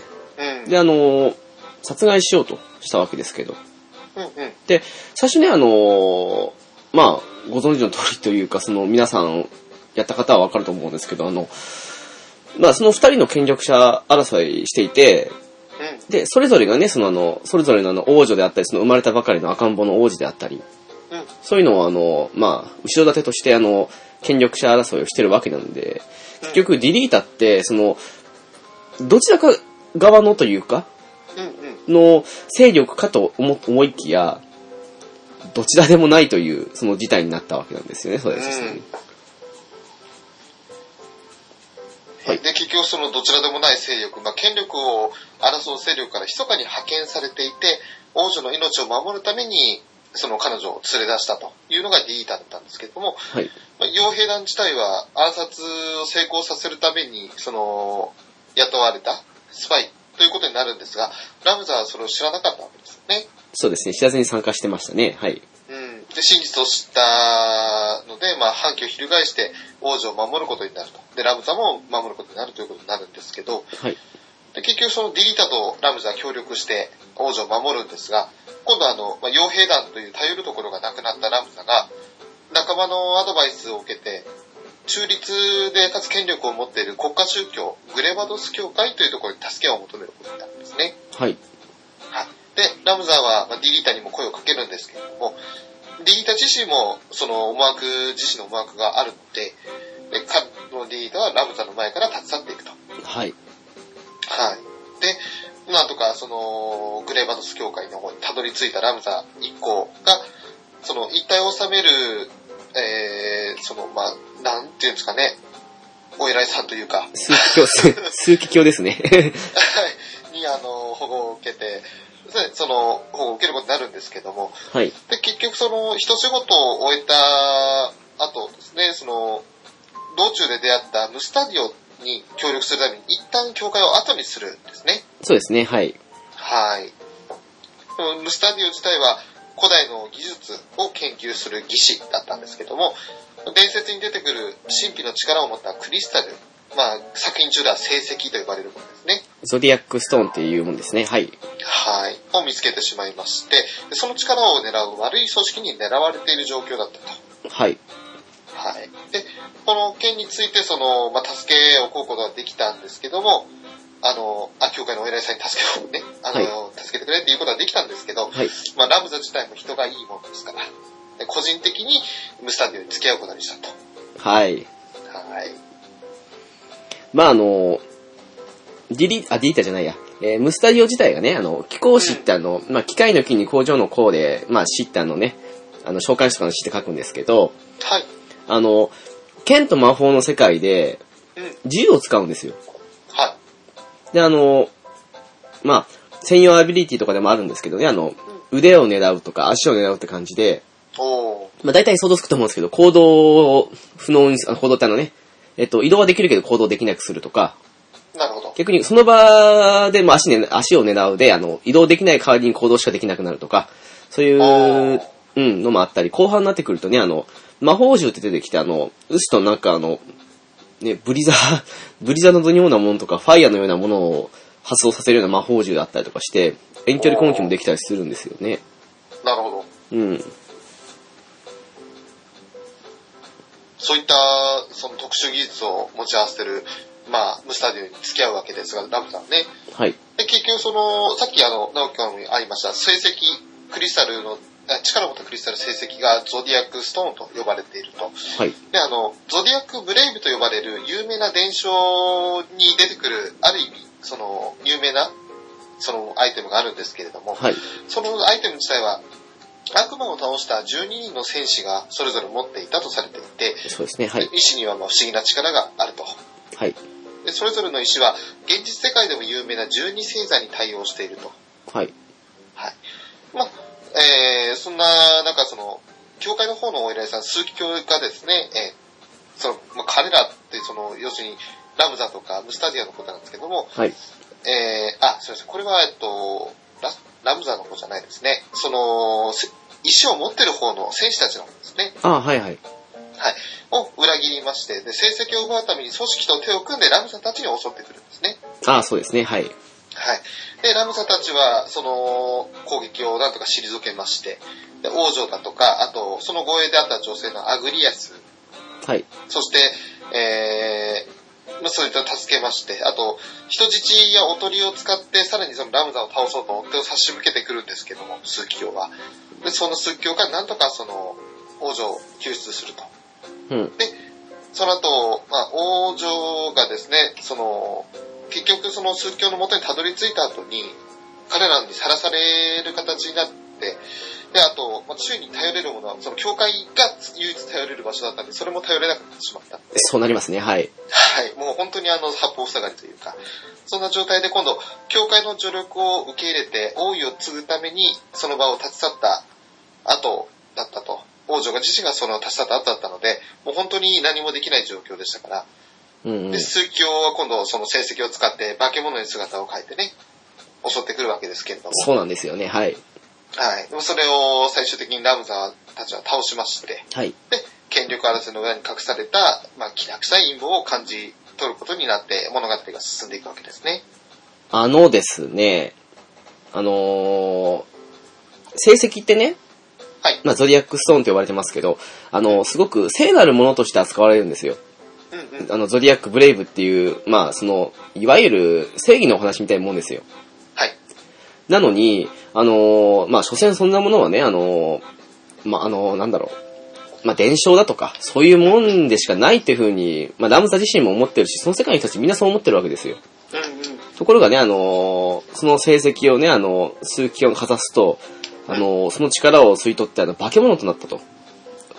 Speaker 2: うん。
Speaker 1: で、あのー殺害しようとしたわけですけど。
Speaker 2: うんうん。
Speaker 1: で、最初ね、あのーまあ、ご存知の通りというか、その、皆さん、やった方はわかると思うんですけど、あの、まあ、その二人の権力者争いしていて、
Speaker 2: うん。
Speaker 1: で、それぞれがね、そのあの、それぞれのあの、王女であったり、その生まれたばかりの赤ん坊の王子であったり、
Speaker 2: うん。
Speaker 1: そういうのをあの、まあ、後ろ盾としてあの、権力者争いをしてるわけなんで、結局ディリータって、その、どちらか側のというか、
Speaker 2: うんうん。
Speaker 1: の勢力かと思思いきや、どちらでもないという、その事態になったわけなんですよね、そうです、
Speaker 2: うん
Speaker 1: ねはい
Speaker 2: で、結局そのどちらでもない勢力、まあ、権力を争う勢力から密かに派遣されていて、王女の命を守るために、その彼女を連れ出したというのがリーダーだったんですけれども、
Speaker 1: はい。
Speaker 2: まあ傭兵団自体は暗殺を成功させるために、その、雇われたスパイということになるんですが、ラムザはそれを知らなかったわけですよね。
Speaker 1: そうですね、知らずに参加してましたね、はい。
Speaker 2: うん。で、真実を知ったので、まあ、反旗を翻して王女を守ることになると。で、ラムザも守ることになるということになるんですけど、
Speaker 1: はい。
Speaker 2: で、結局そのディリータとラムザは協力して王女を守るんですが、今度はあの、まあ、傭兵団という頼るところがなくなったラムザが、仲間のアドバイスを受けて、中立でかつ権力を持っている国家宗教、グレバドス教会というところに助けを求めることになるんですね。
Speaker 1: はい。
Speaker 2: はい。で、ラムザは、まあ、ディリータにも声をかけるんですけれども、ディリータ自身も、その思惑、自身の思惑があるので、で、かのディリータはラムザの前から立ち去っていくと。
Speaker 1: はい。
Speaker 2: はい。で、なんとか、その、グレーバトス教会の方にたどり着いたラムザ一行が、その、一体を治める、えー、その、まあ、なんていうんですかね、お偉いさんというか、 (laughs)
Speaker 1: 数奇鏡、 (laughs) 数奇鏡ですね。 (laughs)
Speaker 2: に、あの、保護を受けて、でその、保護を受けることになるんですけども、
Speaker 1: はい。
Speaker 2: で、結局その、一仕事を終えた後ですね、その、道中で出会ったムスタディオに協力するために、一旦教会を後にするんですね。
Speaker 1: そうですね、はい。
Speaker 2: はい。でもムスタディオ自体は古代の技術を研究する技師だったんですけども、伝説に出てくる神秘の力を持ったクリスタル、まあ、作品中では聖石と呼ばれるものですね。
Speaker 1: ゾディアックストーンっていうもんですね。はい。
Speaker 2: はい。を見つけてしまいまして、でその力を狙う悪い組織に狙われている状況だったと。
Speaker 1: はい。
Speaker 2: はい。で、この件について、その、まあ、助けを請うことができたんですけども、あの、あ、教会のお偉いさんに助けをね、あの、助けてくれっていうことができたんですけど、
Speaker 1: はい。
Speaker 2: まあ、ラムザ自体も人がいいものですから、で個人的にムスタディオに付き合うことにしたと。
Speaker 1: はい。
Speaker 2: はい。
Speaker 1: まああの、ディリ、あ、ディータじゃないや。えームスタジオ自体がね、あの、気候疾患の、まあ、機械の木に工場の項で、まあ、疾患のね、あの、召喚士とかの詩って書くんですけど、
Speaker 2: はい。
Speaker 1: あの、剣と魔法の世界で
Speaker 2: うん。
Speaker 1: 銃を使うんですよ。
Speaker 2: はい。
Speaker 1: で、あの、まあ、専用アビリティとかでもあるんですけどね、あの、腕を狙うとか足を狙うって感じで、
Speaker 2: おー。
Speaker 1: まあ、大体想像つくと思うんですけど、行動を不能にす、あの行動ってあのね、えっと、移動はできるけど行動できなくするとか、
Speaker 2: なるほど。
Speaker 1: 逆にその場でも足,、ね、足を狙うで、あの、移動できない代わりに行動しかできなくなるとか、そうい
Speaker 2: あ
Speaker 1: う
Speaker 2: ー、
Speaker 1: うん、のもあったり、後半になってくるとね、あの、魔法銃って出てきて、あの、打つとなんかあの、ね、ブリザー、 (laughs) ブリザーのようなものとか、ファイヤーのようなものを発動させるような魔法銃だったりとかして、遠距離攻撃もできたりするんですよね。
Speaker 2: なるほど。
Speaker 1: うん。
Speaker 2: そういった、その特殊技術を持ち合わせてる、まあ、ムスタディオに付き合うわけですが、ラムさんね。
Speaker 1: はい。
Speaker 2: で、結局その、さっきあの、直樹君にありました、成績、クリスタルの、あ力を持ったクリスタル成績がゾディアックストーンと呼ばれていると。
Speaker 1: はい。
Speaker 2: で、あの、ゾディアックブレイブと呼ばれる有名な伝承に出てくる、ある意味、その、有名な、そのアイテムがあるんですけれども、
Speaker 1: はい。
Speaker 2: そのアイテム自体は、悪魔を倒した12人の戦士がそれぞれ持っていたとされていて、
Speaker 1: そうですね。はい。
Speaker 2: 石にはまあ不思議な力があると。
Speaker 1: はい。
Speaker 2: でそれぞれの石は、現実世界でも有名な12星座に対応していると。
Speaker 1: はい。
Speaker 2: はい。まあ、えー、そんな、なんかその、教会の方のお偉いさん、枢機教がですね、えー、その、まあ、彼らって、その、要するに、ラムザとかムスタディアのことなんですけども、
Speaker 1: はい。
Speaker 2: えー、あ、すいません、これは、えっと、ララムザの方じゃないですね。その、せ石を持ってる方の戦士たちの方ですね。
Speaker 1: ああ、はいはい。
Speaker 2: はい。を裏切りまして、で、成績を奪うために組織と手を組んでラムザたちに襲ってくるんですね。
Speaker 1: ああ、そうですね。はい。
Speaker 2: はい。で、ラムサたちは、その、攻撃をなんとか退けまして、で王女だとか、あと、その護衛であった女性のアグリアス、
Speaker 1: はい。
Speaker 2: そして、えー、まあ、そういった助けまして、あと、人質やおとりを使って、さらにそのラムザを倒そうと追っ手を差し向けてくるんですけども、枢機卿は。で、その枢機卿がなんとかその、王女を救出すると。
Speaker 1: うん。
Speaker 2: その後、まあ、王女がですね、その、結局その枢教のもとにたどり着いた後に、彼らにさらされる形になって、で、あと、まあ、周囲に頼れるものは、その教会が唯一頼れる場所だったんで、それも頼れなくなってしまった。は
Speaker 1: そうなりますね。はい。
Speaker 2: い、もう本当にあの、八方塞がりというか、そんな状態で今度、教会の助力を受け入れて、王位を継ぐために、その場を立ち去った後だったと。王女が自身がその立ち去った後だったので、もう本当に何もできない状況でしたから、
Speaker 1: うん、うん
Speaker 2: で、。枢機卿は今度その成績を使って化け物に姿を変えてね、襲ってくるわけですけれども。
Speaker 1: そうなんですよね。はい。
Speaker 2: はい。でもそれを最終的にラムザたちは倒しまして、
Speaker 1: はい。
Speaker 2: で、権力争いの裏に隠された、まあ、気な臭い陰謀を感じ取ることになって物語が進んでいくわけですね。
Speaker 1: あのですね、あのー成績ってね、
Speaker 2: はい。
Speaker 1: まあ、ゾディアックストーンと呼ばれてますけど、あの、すごく聖なるものとして扱われるんですよ。
Speaker 2: うんうん。
Speaker 1: あの、ゾディアックブレイブっていう、まあ、その、いわゆる正義のお話みたいなもんですよ。
Speaker 2: はい。
Speaker 1: なのに、あのーまあ、所詮そんなものはね、あのーまあ、あのーなんだろう。まあ、伝承だとか、そういうもんでしかないっていうふうに、まあ、ラムザ自身も思ってるし、その世界の人たちみんなそう思ってるわけですよ。
Speaker 2: うんうん。
Speaker 1: ところがね、あのーその成績をね、あのー数期をかざすと、あのーその力を吸い取って、あの、化け物となったと。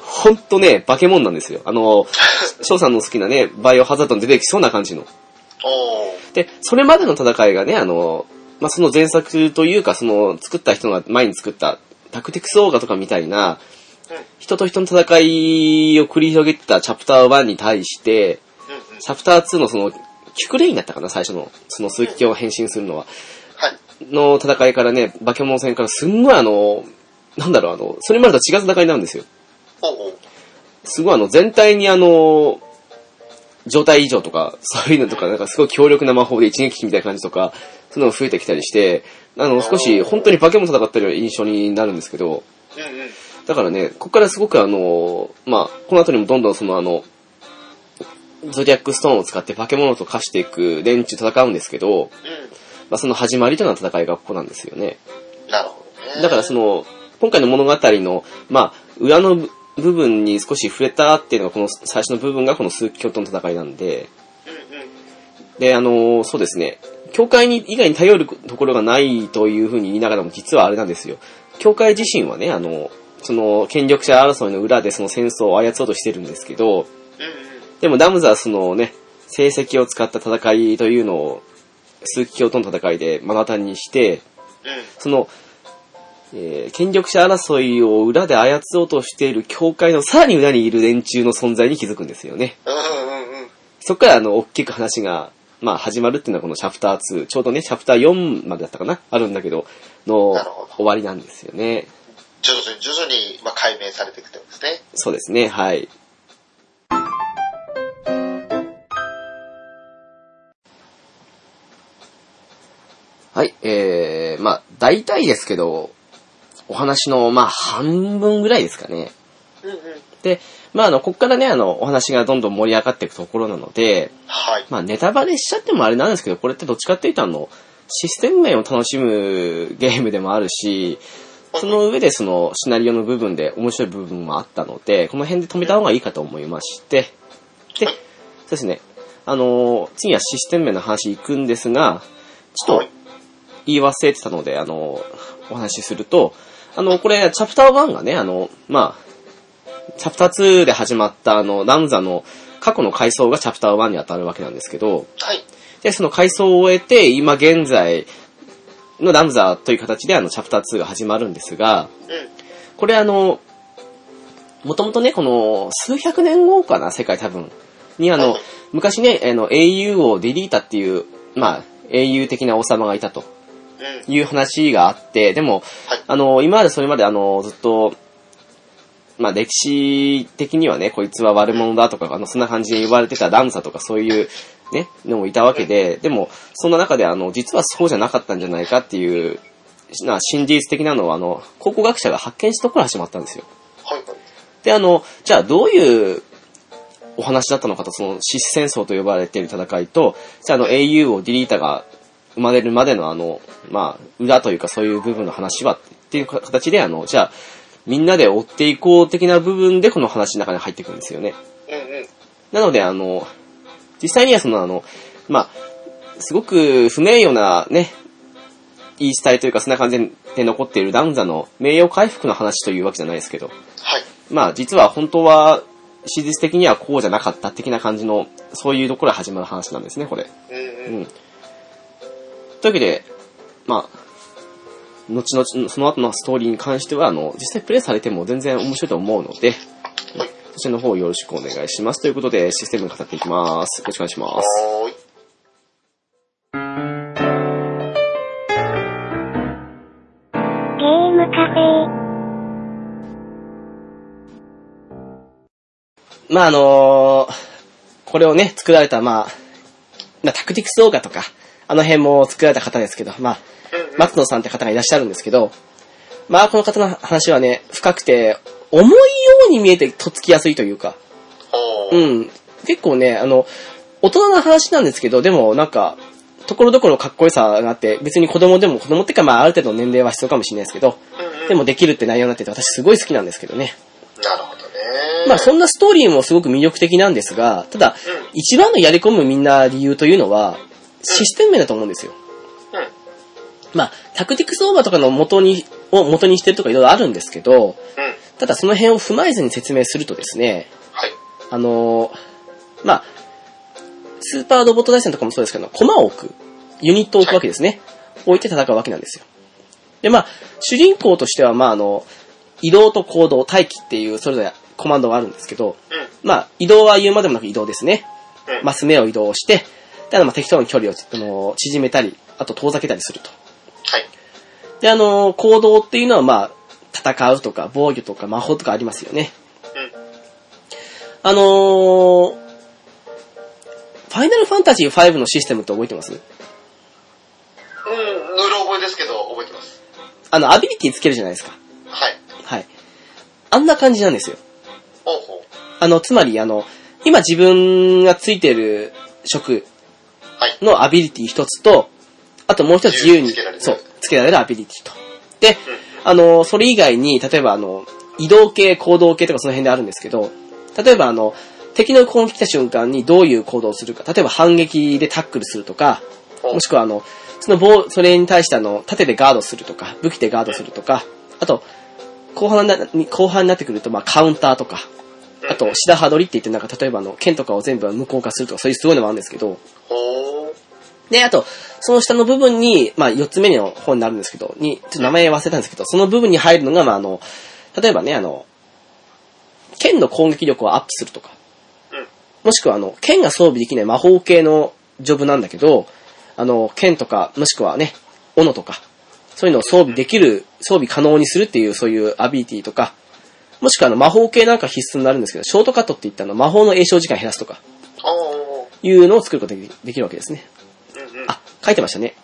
Speaker 1: ほんとね、化け物なんですよ。あのー翔さんの好きなね、バイオハザードに出てきそうな感じの。
Speaker 2: おー。
Speaker 1: で、それまでの戦いがね、あのーまあ、その前作というか、その、作った人が前に作った、タクティクスオーガとかみたいな、人と人の戦いを繰り広げてたチャプター1に対して、
Speaker 2: うんうん。
Speaker 1: チャプター2のその、キュクレインだったかな、最初の、その数奇を変身するのは。
Speaker 2: はい。
Speaker 1: の戦いからね、化け物戦からすんごいあの、なんだろう、あの、それまでと違う戦いになるんですよ。
Speaker 2: おうおう。
Speaker 1: すごいあの、全体にあの、状態異常とか、そういうのとか、なんかすごい強力な魔法で一撃みたいな感じとか、そういうのが増えてきたりして、あの、少し本当に化け物戦ってる印象になるんですけど、
Speaker 2: うんうん。
Speaker 1: だからね、ここからすごくあの、まあ、この後にもどんどんそのあの、ゾディアックストーンを使って化け物と化していく連中戦うんですけど、まあ、その始まりというのは戦いがここなんですよね。
Speaker 2: うん。なるほどね。
Speaker 1: だからその、今回の物語の、まあ、裏の部分に少し触れたっていうのが、この最初の部分がこの枢機卿との戦いなんで、
Speaker 2: うんうん。
Speaker 1: で、あの、そうですね。教会に、以外に頼るところがないというふうに言いながらも、実はあれなんですよ。教会自身はね、あの、その、権力者争いの裏でその戦争を操ろうとしてるんですけど、
Speaker 2: うん
Speaker 1: でもダムズはそのね、成績を使った戦いというのを、枢機卿との戦いで目の当たりにして、
Speaker 2: うん。うん。
Speaker 1: その、えー権力者争いを裏で操ろうとしている教会のさらに裏にいる連中の存在に気づくんですよね。
Speaker 2: うんうんうん。
Speaker 1: そこからあの、大きく話が、まあ始まるっていうのはこのシャプター2、ちょうどね、シャプター4までだったかなあるんだけど、の
Speaker 2: なるほど
Speaker 1: 終わりなんですよね。
Speaker 2: 徐々に徐々に、まあ、解明されていくってことですね。
Speaker 1: そうですね、はい。はい、えー、まあ、大体ですけど、お話の、まあ、半分ぐらいですかね。
Speaker 2: うんうん。
Speaker 1: で、まあ、あの、こっからね、あの、お話がどんどん盛り上がっていくところなので、
Speaker 2: はい。
Speaker 1: まあ、ネタバレしちゃってもあれなんですけど、これってどっちかっていうと、あの、システム面を楽しむゲームでもあるし、その上でそのシナリオの部分で面白い部分もあったので、この辺で止めた方がいいかと思いまして、で、そうですね、あのー次はシステム面の話行くんですが、ちょっ
Speaker 2: は
Speaker 1: と
Speaker 2: い。
Speaker 1: 言い忘れてたので、あのーお話しすると、あの、これ、チャプター1がね、あの、まあ、チャプター2で始まった、あの、ラムザの過去の階層がチャプター1に当たるわけなんですけど、
Speaker 2: はい。
Speaker 1: で、その階層を終えて、今現在のラムザという形で、あの、チャプター2が始まるんですが、
Speaker 2: うん。
Speaker 1: これあの、もともとね、この、数百年後かな、世界多分。にあの
Speaker 2: はい、
Speaker 1: 昔ね、あの、英雄王ディリータっていう、まあ、英雄的な王様がいたと
Speaker 2: うん。
Speaker 1: いう話があって、でも、
Speaker 2: はい。
Speaker 1: あの、今までそれまであの、ずっと、まあ、歴史的にはね、こいつは悪者だとか、あの、そんな感じで言われてたラムサとかそういう、ね、のもいたわけで、でも、そんな中であの、実はそうじゃなかったんじゃないかっていう、な、真実的なのをあの、考古学者が発見したところから始まったんですよ。
Speaker 2: はい。はい。
Speaker 1: で、あの、じゃあどういうお話だったのかと、その、死死戦争と呼ばれている戦いと、じゃああの、英雄をディリータが生まれるまでのあの、まあ、裏というかそういう部分の話はっていう形で、あの、じゃあ、みんなで追っていこう的な部分でこの話の中に入ってくるんですよね。
Speaker 2: うんうん。
Speaker 1: なので、あの、実際にはその、あの、まあ、すごく不名誉なね、言い伝えというか、そんな感じで残っているダンザの名誉回復の話というわけじゃないですけど、
Speaker 2: はい。
Speaker 1: まあ実は本当は史実的にはこうじゃなかった的な感じの、そういうところが始まる話なんですね、これ。
Speaker 2: うん
Speaker 1: う
Speaker 2: うん。
Speaker 1: ん。というわけで、まあ、後々、その後のストーリーに関しては、あの、実際プレイされても全然面白いと思うので、
Speaker 2: はい。
Speaker 1: そちらの方よろしくお願いします。ということで、システムに語っていきます。よろしくお願いします。
Speaker 2: はーい。
Speaker 3: ゲームカフェ、
Speaker 1: まああのこれをね、作られた、まあ、まあ、タクティクス動画とか、あの辺も作られた方ですけど、まあ、
Speaker 2: うんうん。
Speaker 1: 松野さんって方がいらっしゃるんですけど、まあこの方の話はね、深くて、重いように見えてとっつきやすいというか、
Speaker 2: おー
Speaker 1: う。ん。結構ね、あの、大人の話なんですけど、でもなんか、ところどころかっこよさがあって、別に子供でも、子供ってかまあある程度の年齢は必要かもしれないですけど、
Speaker 2: うんうん
Speaker 1: でもできるって内容になってて私すごい好きなんですけどね。
Speaker 2: なるほどね。
Speaker 1: まあそんなストーリーもすごく魅力的なんですが、ただ、一番のやり込むみんな理由というのは、システム面だと思うんですよ。
Speaker 2: うん。
Speaker 1: まあ、タクティクスオーバーとかの元に、を元にしてるとかいろいろあるんですけど、
Speaker 2: うん。
Speaker 1: ただその辺を踏まえずに説明するとですね、
Speaker 2: はい。
Speaker 1: あのーまあ、スーパーロボット大戦とかもそうですけど、駒を置く、ユニットを置くわけですね。置いて戦うわけなんですよ。で、まあ、主人公としては、まあ、あの、移動と行動、待機っていう、それぞれコマンドがあるんですけど、
Speaker 2: うん。
Speaker 1: まあ、移動は言うまでもなく移動ですね。
Speaker 2: うん。
Speaker 1: マス目を移動して、で、あの、まあ、適当に距離を、あの、縮めたり、あと遠ざけたりすると。
Speaker 2: はい。
Speaker 1: で、あの、行動っていうのは、まあ、戦うとか、防御とか、魔法とかありますよね。
Speaker 2: うん。
Speaker 1: あのー、ファイナルファンタジー5のシステムって覚えてます
Speaker 2: うん。うろ覚えですけど、覚えてます。
Speaker 1: あの、アビリティつけるじゃないですか。
Speaker 2: はい。
Speaker 1: はい。あんな感じなんですよ。
Speaker 2: おうほう。
Speaker 1: あの、つまり、あの、今自分がついてる職
Speaker 2: はい。
Speaker 1: のアビリティ一つと、あともう一つ自由に、
Speaker 2: 自由につけられる
Speaker 1: そう、つけられるアビリティと。で、あの、それ以外に、例えばあの、移動系、行動系とかその辺であるんですけど、例えばあの、敵の攻撃来た瞬間にどういう行動をするか、例えば反撃でタックルするとか、
Speaker 2: お
Speaker 1: もしくはあの、その棒、それに対してあの、盾でガードするとか、武器でガードするとか、あと、後半な、後半になってくると、まあ、カウンターとか、あと、シダハドリって言ってなんか、例えばあの、剣とかを全部無効化するとか、そういうすごいのもあるんですけど、
Speaker 2: ほー。
Speaker 1: で、あと、その下の部分に、まあ、4つ目の方になるんですけど、に、ちょっと名前忘れたんですけど、その部分に入るのが、まあ、あの、例えばね、あの、剣の攻撃力をアップするとか、
Speaker 2: うん。
Speaker 1: もしくは、あの、剣が装備できない魔法系のジョブなんだけど、あの、剣とか、もしくはね、斧とか、そういうのを装備できる、装備可能にするっていう、そういうアビリティとか、もしくは、あの、魔法系なんか必須になるんですけど、ショートカットって言ったの、魔法の栄唱時間減らすとか、
Speaker 2: おー。
Speaker 1: いうのを作ることができできるわけですね。
Speaker 2: うんうん。
Speaker 1: あ、書いてましたね。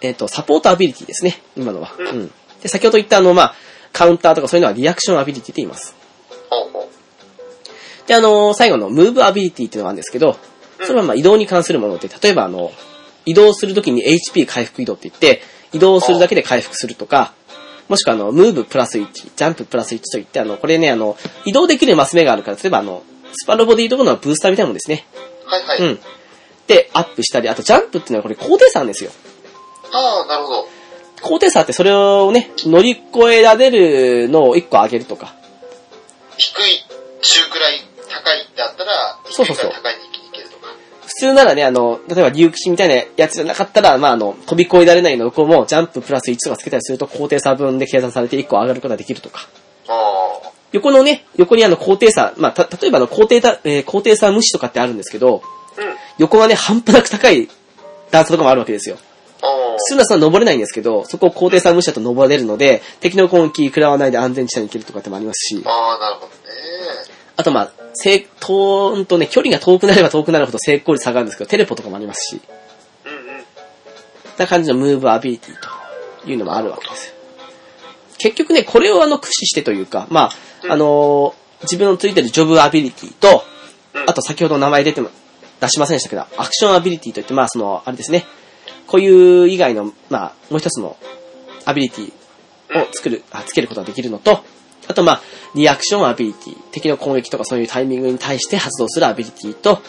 Speaker 1: えっ、と、サポートアビリティですね。今のは。うん。で、先ほど言ったあの、まあ、カウンターとかそういうのはリアクションアビリティって言います。
Speaker 2: ほうほう。
Speaker 1: で、あのー最後のムーブアビリティっていうのがあるんですけど、それはまあ移動に関するもので、例えばあの、移動するときに HP 回復移動って言って、移動するだけで回復するとか、もしくはあの、ムーブプラス1、ジャンププラス1といって、あの、これね、あの、移動できるマス目があるから、例えばあの、スパロボでいうところのブースターみたいなもんですね。
Speaker 2: はいはい。
Speaker 1: うん。で、アップしたり、あとジャンプっていうのはこれ高低差なんですよ。
Speaker 2: ああ、なるほど。
Speaker 1: 高低差ってそれをね、乗り越えられるのを一個上げるとか。
Speaker 2: 低い、中くらい、高いだったら、
Speaker 1: そう
Speaker 2: 低
Speaker 1: そうそう
Speaker 2: いから高いに行きに行けるとか。
Speaker 1: 普通ならね、あの、例えば竜騎みたいなやつじゃなかったら、まあ、あの、飛び越えられないのをこうもジャンププラス1とかつけたりすると高低差分で計算されて一個上がることができるとか。
Speaker 2: ああ。
Speaker 1: 横のね、横にあの高低差、まあ、た、例えばあの高低差、えー高低差無視とかってあるんですけど、
Speaker 2: うん。
Speaker 1: 横はね、半端なく高い段差とかもあるわけですよ。
Speaker 2: ああ。
Speaker 1: 普通ならそんな登れないんですけど、そこを高低差無視だと登れるので、敵の攻撃食らわないで安全地帯に行けるとかってもありますし。
Speaker 2: ああ、なるほどね。
Speaker 1: あとまあ、せ、とーんとね、距離が遠くなれば遠くなるほど成功率下がるんですけど、テレポとかもありますし、
Speaker 2: うんうん。
Speaker 1: な感じのムーブアビリティというのもあるわけですよ。結局ね、これをあの、駆使してというか、まあ、あのー自分のついてるジョブアビリティと、
Speaker 2: うん
Speaker 1: あと先ほど名前出ても、出しませんでしたけど、アクションアビリティといって、まあその、あれですね、こういう以外の、まあ、もう一つのアビリティを作る、あつけることができるのと、あとまあ、リアクションアビリティ、敵の攻撃とかそういうタイミングに対して発動するアビリティと、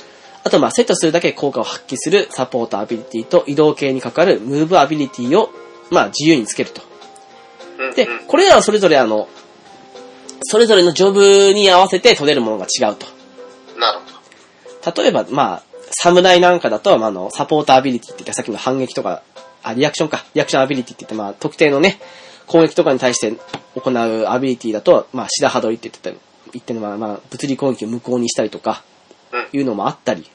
Speaker 1: あとまあ、セットするだけ効果を発揮するサポートアビリティと、移動系にかかるムーブアビリティを、まあ、自由につけると。
Speaker 2: うんうん
Speaker 1: で、これらはそれぞれあの、それぞれのジョブに合わせて取れるものが違うと。
Speaker 2: なるほど。
Speaker 1: 例えば、まあ、侍なんかだと、まあ、あの、サポーターアビリティって言って、さっきの反撃とか、あ、リアクションか、リアクションアビリティって言って、まあ、特定のね、攻撃とかに対して行うアビリティだと、まあ、シダハドリって言ってた、言ってるのは、まあ、物理攻撃を無効にしたりとか、
Speaker 2: う
Speaker 1: いうのもあったり、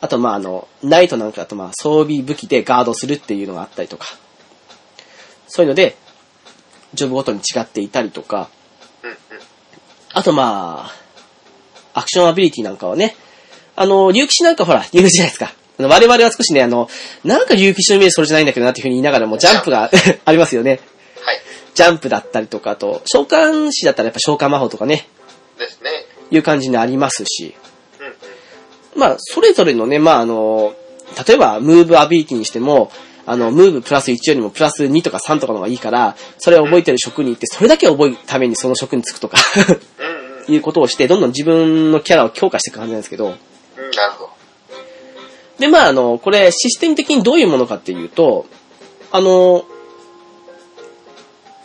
Speaker 1: あと、まあ、あの、ナイトなんかだと、まあ、装備武器でガードするっていうのがあったりとか、そういうので、ジョブごとに違っていたりとか、
Speaker 2: ん。うん
Speaker 1: あとまあ、アクションアビリティなんかはね、あの、竜騎士なんかほら、有名じゃないですか。あの我々は少しね、あの、なんか竜騎士のイメージそれじゃないんだけどなっていうふうに言いながらもジャンプが (laughs) ありますよね。
Speaker 2: うん。はい。
Speaker 1: ジャンプだったりとか、あと、召喚士だったらやっぱ召喚魔法とかね、
Speaker 2: ですね。
Speaker 1: いう感じになりますし。
Speaker 2: うんうん。
Speaker 1: まあ、それぞれのね、まああの、例えば、ムーブアビリティにしても、あの、ムーブプラス1よりもプラス2とか3とかの方がいいから、それを覚えてる職に行って、それだけ覚えるためにその職に就くとか、
Speaker 2: うんうん。
Speaker 1: いうことをして、どんどん自分のキャラを強化していく感じなんですけど、
Speaker 2: うんなるほど。
Speaker 1: で、まあ、あの、これ、システム的にどういうものかっていうと、あの、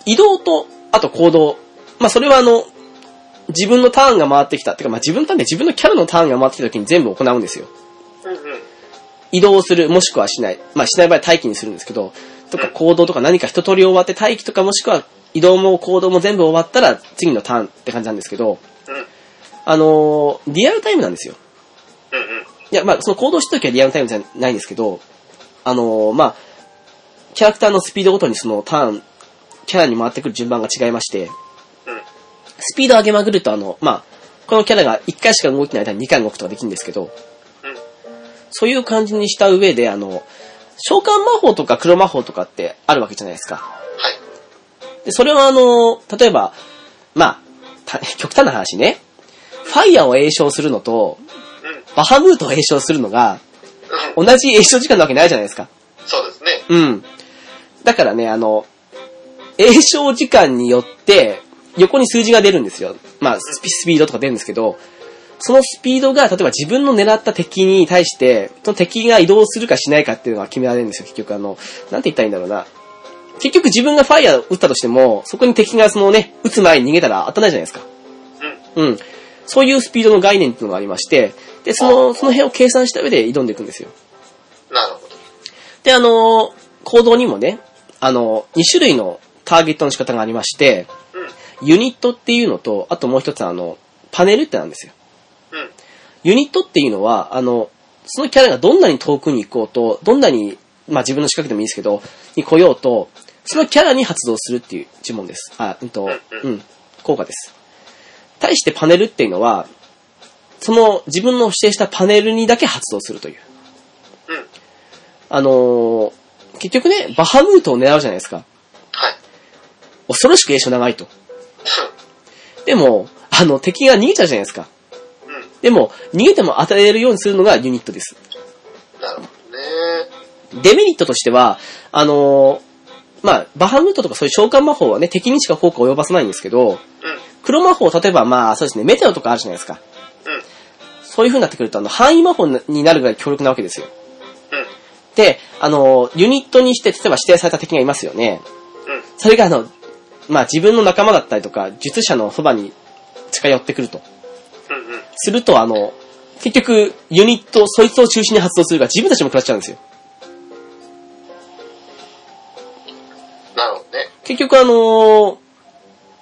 Speaker 1: 移動と、あと行動。まあ、それはあの、自分のターンが回ってきた。てか、まあ、自分のターンで自分のキャラのターンが回ってきた時に全部行うんですよ。
Speaker 2: うんうん。
Speaker 1: 移動する、もしくはしない。まあ、しない場合は待機にするんですけど、とか行動とか何か一通り終わって待機とかもしくは移動も行動も全部終わったら次のターンって感じなんですけど、
Speaker 2: うん。
Speaker 1: あの、リアルタイムなんですよ。
Speaker 2: うんうん。
Speaker 1: いや、まあ、その行動した時はリアルタイムじゃないんですけど、あのーまあ、キャラクターのスピードごとにそのターン、キャラに回ってくる順番が違いまして、
Speaker 2: うん。
Speaker 1: スピード上げまくると、あの、まあ、このキャラが1回しか動いてない間に2回動くとかできるんですけど、
Speaker 2: うん。
Speaker 1: そういう感じにした上で、あの、召喚魔法とか黒魔法とかってあるわけじゃないですか。
Speaker 2: はい。
Speaker 1: で、それはあのー例えば、まあ、た (laughs) 極端な話ね、ファイヤーを栄唱するのと、
Speaker 2: うん。うん。
Speaker 1: バハムートを栄唱するのが、同じ栄唱時間なわけないじゃないですか。
Speaker 2: そうですね。
Speaker 1: うん。だからね、あの、栄唱時間によって、横に数字が出るんですよ。まあ、スピスピードとか出るんですけど、そのスピードが、例えば自分の狙った敵に対して、その敵が移動するかしないかっていうのが決められるんですよ、結局。あの、なんて言ったらいいんだろうな。結局自分がファイアを撃ったとしても、そこに敵がそのね、撃つ前に逃げたら当たらないじゃないですか。うん。そういうスピードの概念っていうのがありまして、で、その、その辺を計算した上で挑んでいくんですよ。
Speaker 2: なるほど。
Speaker 1: で、あの、行動にもね、あの、2種類のターゲットの仕方がありまして、
Speaker 2: うん。
Speaker 1: ユニットっていうのと、あともう一つあの、パネルってなんですよ。
Speaker 2: うん。
Speaker 1: ユニットっていうのは、あの、そのキャラがどんなに遠くに行こうと、どんなに、まあ自分の仕掛けでもいいですけど、に来ようと、そのキャラに発動するっていう呪文です。あ、うんと、うん、効果です。対してパネルっていうのは、その自分の指定したパネルにだけ発動するという。
Speaker 2: うん。
Speaker 1: あのー結局ね、バハムートを狙うじゃないですか。
Speaker 2: はい。
Speaker 1: 恐ろしく栄唱長いと。でも、あの、敵が逃げちゃうじゃないですか。
Speaker 2: うん。うん
Speaker 1: でも、逃げても与えるようにするのがユニットです。
Speaker 2: なるほどね。
Speaker 1: デメリットとしては、あのーまあ、バハムートとかそういう召喚魔法はね、敵にしか効果を及ばさないんですけど、
Speaker 2: う
Speaker 1: 黒魔法、例えばまあ、そうですね、メテオとかあるじゃないですか。
Speaker 2: ん。うん。
Speaker 1: そういう風になってくると、あの、範囲魔法になるぐらい強力なわけですよ。
Speaker 2: う
Speaker 1: で、あのーユニットにして、例えば指定された敵がいますよね。
Speaker 2: ん。うん。
Speaker 1: それがあの、まあ、自分の仲間だったりとか、術者のそばに近寄ってくると。
Speaker 2: うん。うん。
Speaker 1: すると、あの、結局、ユニット、そいつを中心に発動するから自分たちも食らっちゃうんですよ。
Speaker 2: なるほどね。
Speaker 1: 結局あのー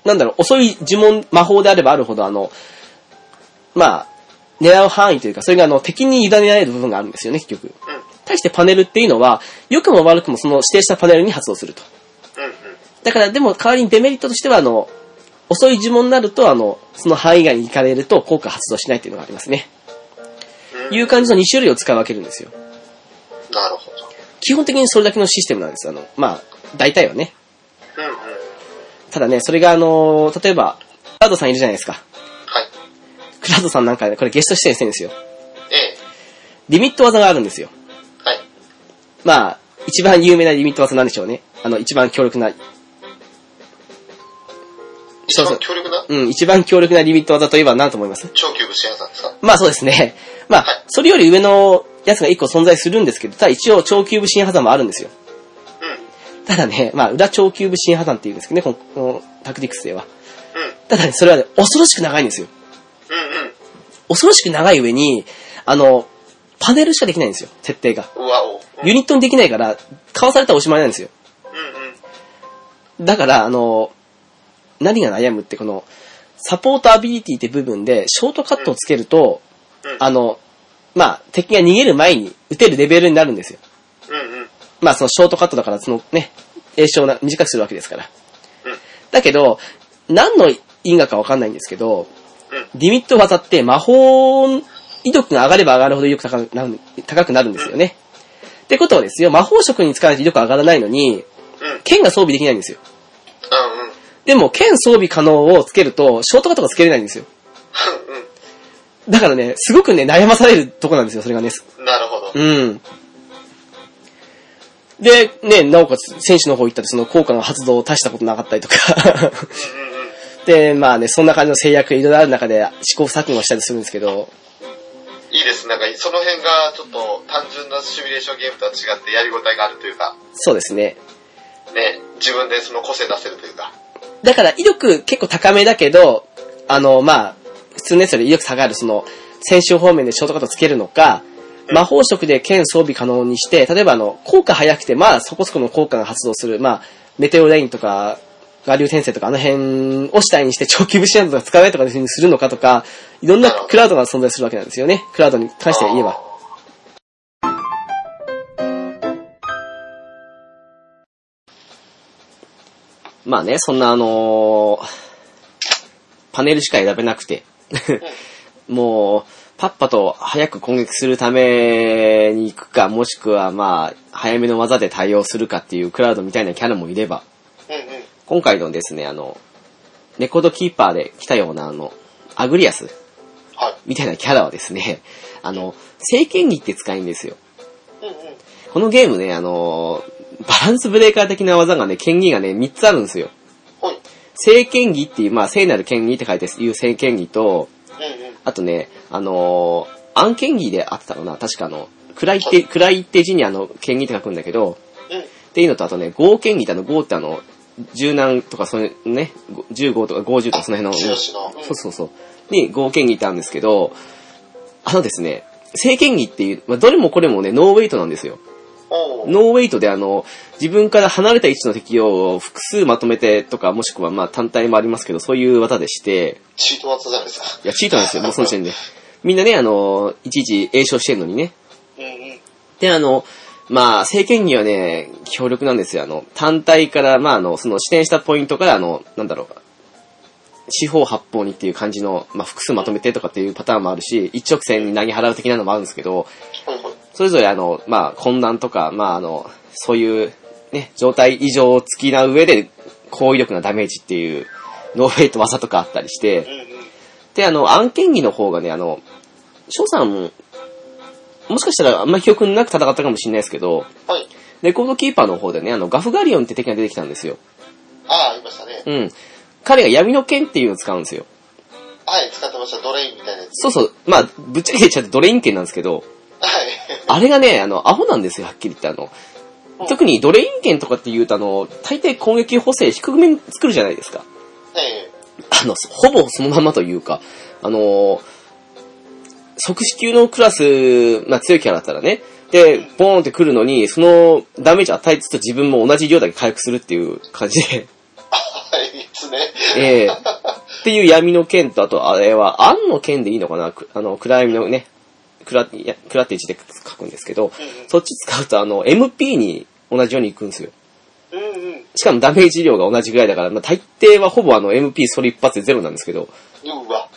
Speaker 1: なんだろう、遅い呪文、魔法であればあるほどあの、まあ、狙う範囲というか、それがあの、敵に委ねられる部分があるんですよね、結局。
Speaker 2: うん。
Speaker 1: 対してパネルっていうのは、良くも悪くもその指定したパネルに発動すると。
Speaker 2: うん。うん。
Speaker 1: だから、でも代わりにデメリットとしては、あの、遅い呪文になると、あの、その範囲外に行かれると効果発動しないっていうのがありますね。
Speaker 2: うん
Speaker 1: いう感じの2種類を使い分けるんですよ。
Speaker 2: なるほど。
Speaker 1: 基本的にそれだけのシステムなんです。あの、まあ、大体はね。
Speaker 2: うん。うん。
Speaker 1: ただね、それがあのー例えば、クラウドさんいるじゃないですか。
Speaker 2: はい。
Speaker 1: クラウドさんなんかね、これゲスト出演してるんですよ。
Speaker 2: ええ。
Speaker 1: リミット技があるんですよ。
Speaker 2: はい。
Speaker 1: まあ、一番有名なリミット技なんでしょうね。あの、一番強力な、
Speaker 2: 一
Speaker 1: そうそ
Speaker 2: 番
Speaker 1: う
Speaker 2: 強力な
Speaker 1: うん、一番強力なリミット技といえば何と思います
Speaker 2: 超級武士屋さんですか
Speaker 1: まあそうですね。 (laughs) まあ
Speaker 2: はい、
Speaker 1: それより上のやつが一個存在するんですけど、ただ一応超級部新破産もあるんですよ。
Speaker 2: うん。うん。
Speaker 1: ただね、まあ、裏超級部新破産って言うんですけどね、このこのタクティクスでは。ただね、それはね、恐ろしく長いんですよ。
Speaker 2: うん。
Speaker 1: 恐ろしく長い上に、あの、パネルしかできないんですよ、設定が。
Speaker 2: うん。うわお。うん。
Speaker 1: ユニットにできないから、かわされたらおしまいなんですよ。
Speaker 2: うん。うん。
Speaker 1: だから、あの、何が悩むって、この、サポートアビリティって部分で、ショートカットをつけると、
Speaker 2: うん
Speaker 1: あの、まあ、敵が逃げる前に撃てるレベルになるんですよ。
Speaker 2: うん。うん。
Speaker 1: まあ、そのショートカットだから、そのね、栄唱を短くするわけですから。
Speaker 2: うん。
Speaker 1: だけど、何の因果かわかんないんですけど、
Speaker 2: うん。
Speaker 1: リミット技って魔法威力が上がれば上がるほど威力高くなる高くなるんですよね。ってことはですよ、魔法職に使わないと威力上がらないのに、
Speaker 2: うん。
Speaker 1: 剣が装備できないんですよ。
Speaker 2: うん。うん。
Speaker 1: でも、剣装備可能をつけると、ショートカットがつけれないんですよ。
Speaker 2: う
Speaker 1: だからね、すごくね、悩まされるとこなんですよ、それがね。
Speaker 2: んなるほど。
Speaker 1: うん。で、ね、なおかつ、選手の方行ったらその効果の発動を足したことなかったりとか。 (laughs)
Speaker 2: うんうんうん。
Speaker 1: で、まあね、そんな感じの制約がいろいろある中で試行錯誤したりするんですけど、
Speaker 2: いいです。なんか、その辺がちょっと単純なシミュレーションゲームとは違ってやりごたえがあるというか、
Speaker 1: そうですね。
Speaker 2: ね、自分でその個性出せるというか。
Speaker 1: だから、威力結構高めだけど、あの、まあ、普通のやつより威力下がる、その、選手方面でショートカットつけるのか、魔法色で剣装備可能にして、例えばあの、効果早くて、まあ、そこそこの効果が発動する、まあ、メテオレインとか、我流転生とか、あの辺を主体にして、長期武士などが使わないとかにするのかとか、いろんなクラウドが存在するわけなんですよね。クラウドに関して言えば。まあね、そんなあのーパネルしか選べなくて、 (laughs) もう、パッパと早く攻撃するために行くか、もしくはまあ、早めの技で対応するかっていうクラウドみたいなキャラもいれば、
Speaker 2: うんうん。
Speaker 1: 今回のですね、あの、レコードキーパーで来たようなあの、アグリアス
Speaker 2: はい。
Speaker 1: みたいなキャラはですね、 (laughs) あの、聖剣技って使いんですよ。
Speaker 2: うんうん。
Speaker 1: このゲームね、あの、バランスブレーカー的な技がね、剣技がね、3つあるんですよ。
Speaker 2: ほい。
Speaker 1: 聖剣儀っていう、まあ、聖なる剣儀って書いてある聖剣儀と、
Speaker 2: うんうん。
Speaker 1: あとね、あのー、暗剣儀であってたのかな、確かあの、暗いって、暗いって字にあの、剣儀って書くんだけど、
Speaker 2: うん。
Speaker 1: っていうのと、あとね、合剣儀ってあの、合ってあの、柔軟とか、そのね、15とか50とかその辺の、
Speaker 2: 強しの。うん
Speaker 1: そうそうそう。に合剣技ってあるんですけど、あのですね、正剣技っていう、まあ、どれもこれもね、ノーウェイトなんですよ。
Speaker 2: おう
Speaker 1: ノーウェイトであの、自分から離れた位置の敵を複数まとめてとか、もしくはまあ単体もありますけど、そういう技でして、
Speaker 2: チート技じゃないですか。
Speaker 1: いや、チートなんですよ、もうその時点で。みんなね、あの、いちいち栄唱してんのにね。
Speaker 2: うんうん。
Speaker 1: で、あの、まあ、正剣技はね、強力なんですよ。あの、単体から、まあ、あの、その、支点したポイントから、あの、なんだろう、四方八方にっていう感じの、まあ、複数まとめてとかっていうパターンもあるし、一直線に投げ払う的なのもあるんですけど、
Speaker 2: ほいほい。
Speaker 1: それぞれあの、まあ、混乱とか、まあ、あの、そういう、ね、状態異常を突きな上で、高威力なダメージっていう、ノーフェイト技とかあったりして、
Speaker 2: うんうん。
Speaker 1: で、あの、案件技の方がね、あの、翔さんも、もしかしたらあんまり記憶なく戦ったかもしれないですけど、
Speaker 2: はい。
Speaker 1: レコードキーパーの方でね、あの、ガフガリオンって敵が出てきたんですよ。
Speaker 2: ああ、ありましたね。
Speaker 1: うん。彼が闇の剣っていうのを使うんですよ。
Speaker 2: はい、使ってました。ドレインみたいなやつ。
Speaker 1: そうそう。まあ、ぶっちゃけ言っちゃってドレイン剣なんですけど、
Speaker 2: はい。
Speaker 1: あれがね、あの、アホなんですよ、はっきり言って。あの、特にドレイン剣とかって言うと、あの、大抵攻撃補正低めに作るじゃないですか。
Speaker 2: ええ。
Speaker 1: あの、ほぼそのままというか、あのー即死級のクラス、まあ強いキャラだったらね、で、ボーンって来るのに、そのダメージ与えつつ自分も同じ量だけ回復するっていう感じで、
Speaker 2: はい、いつね。
Speaker 1: ええっていう闇の剣と、あと、あれは、暗の剣でいいのかなくあの、暗闇のね、暗、いや暗って字で書くんですけど、そっち使うと、あの、MP に同じように行くんですよ。
Speaker 2: うんうん。
Speaker 1: しかもダメージ量が同じぐらいだから、まあ大抵はほぼあの、MP それ一発でゼロなんですけど、
Speaker 2: うわ。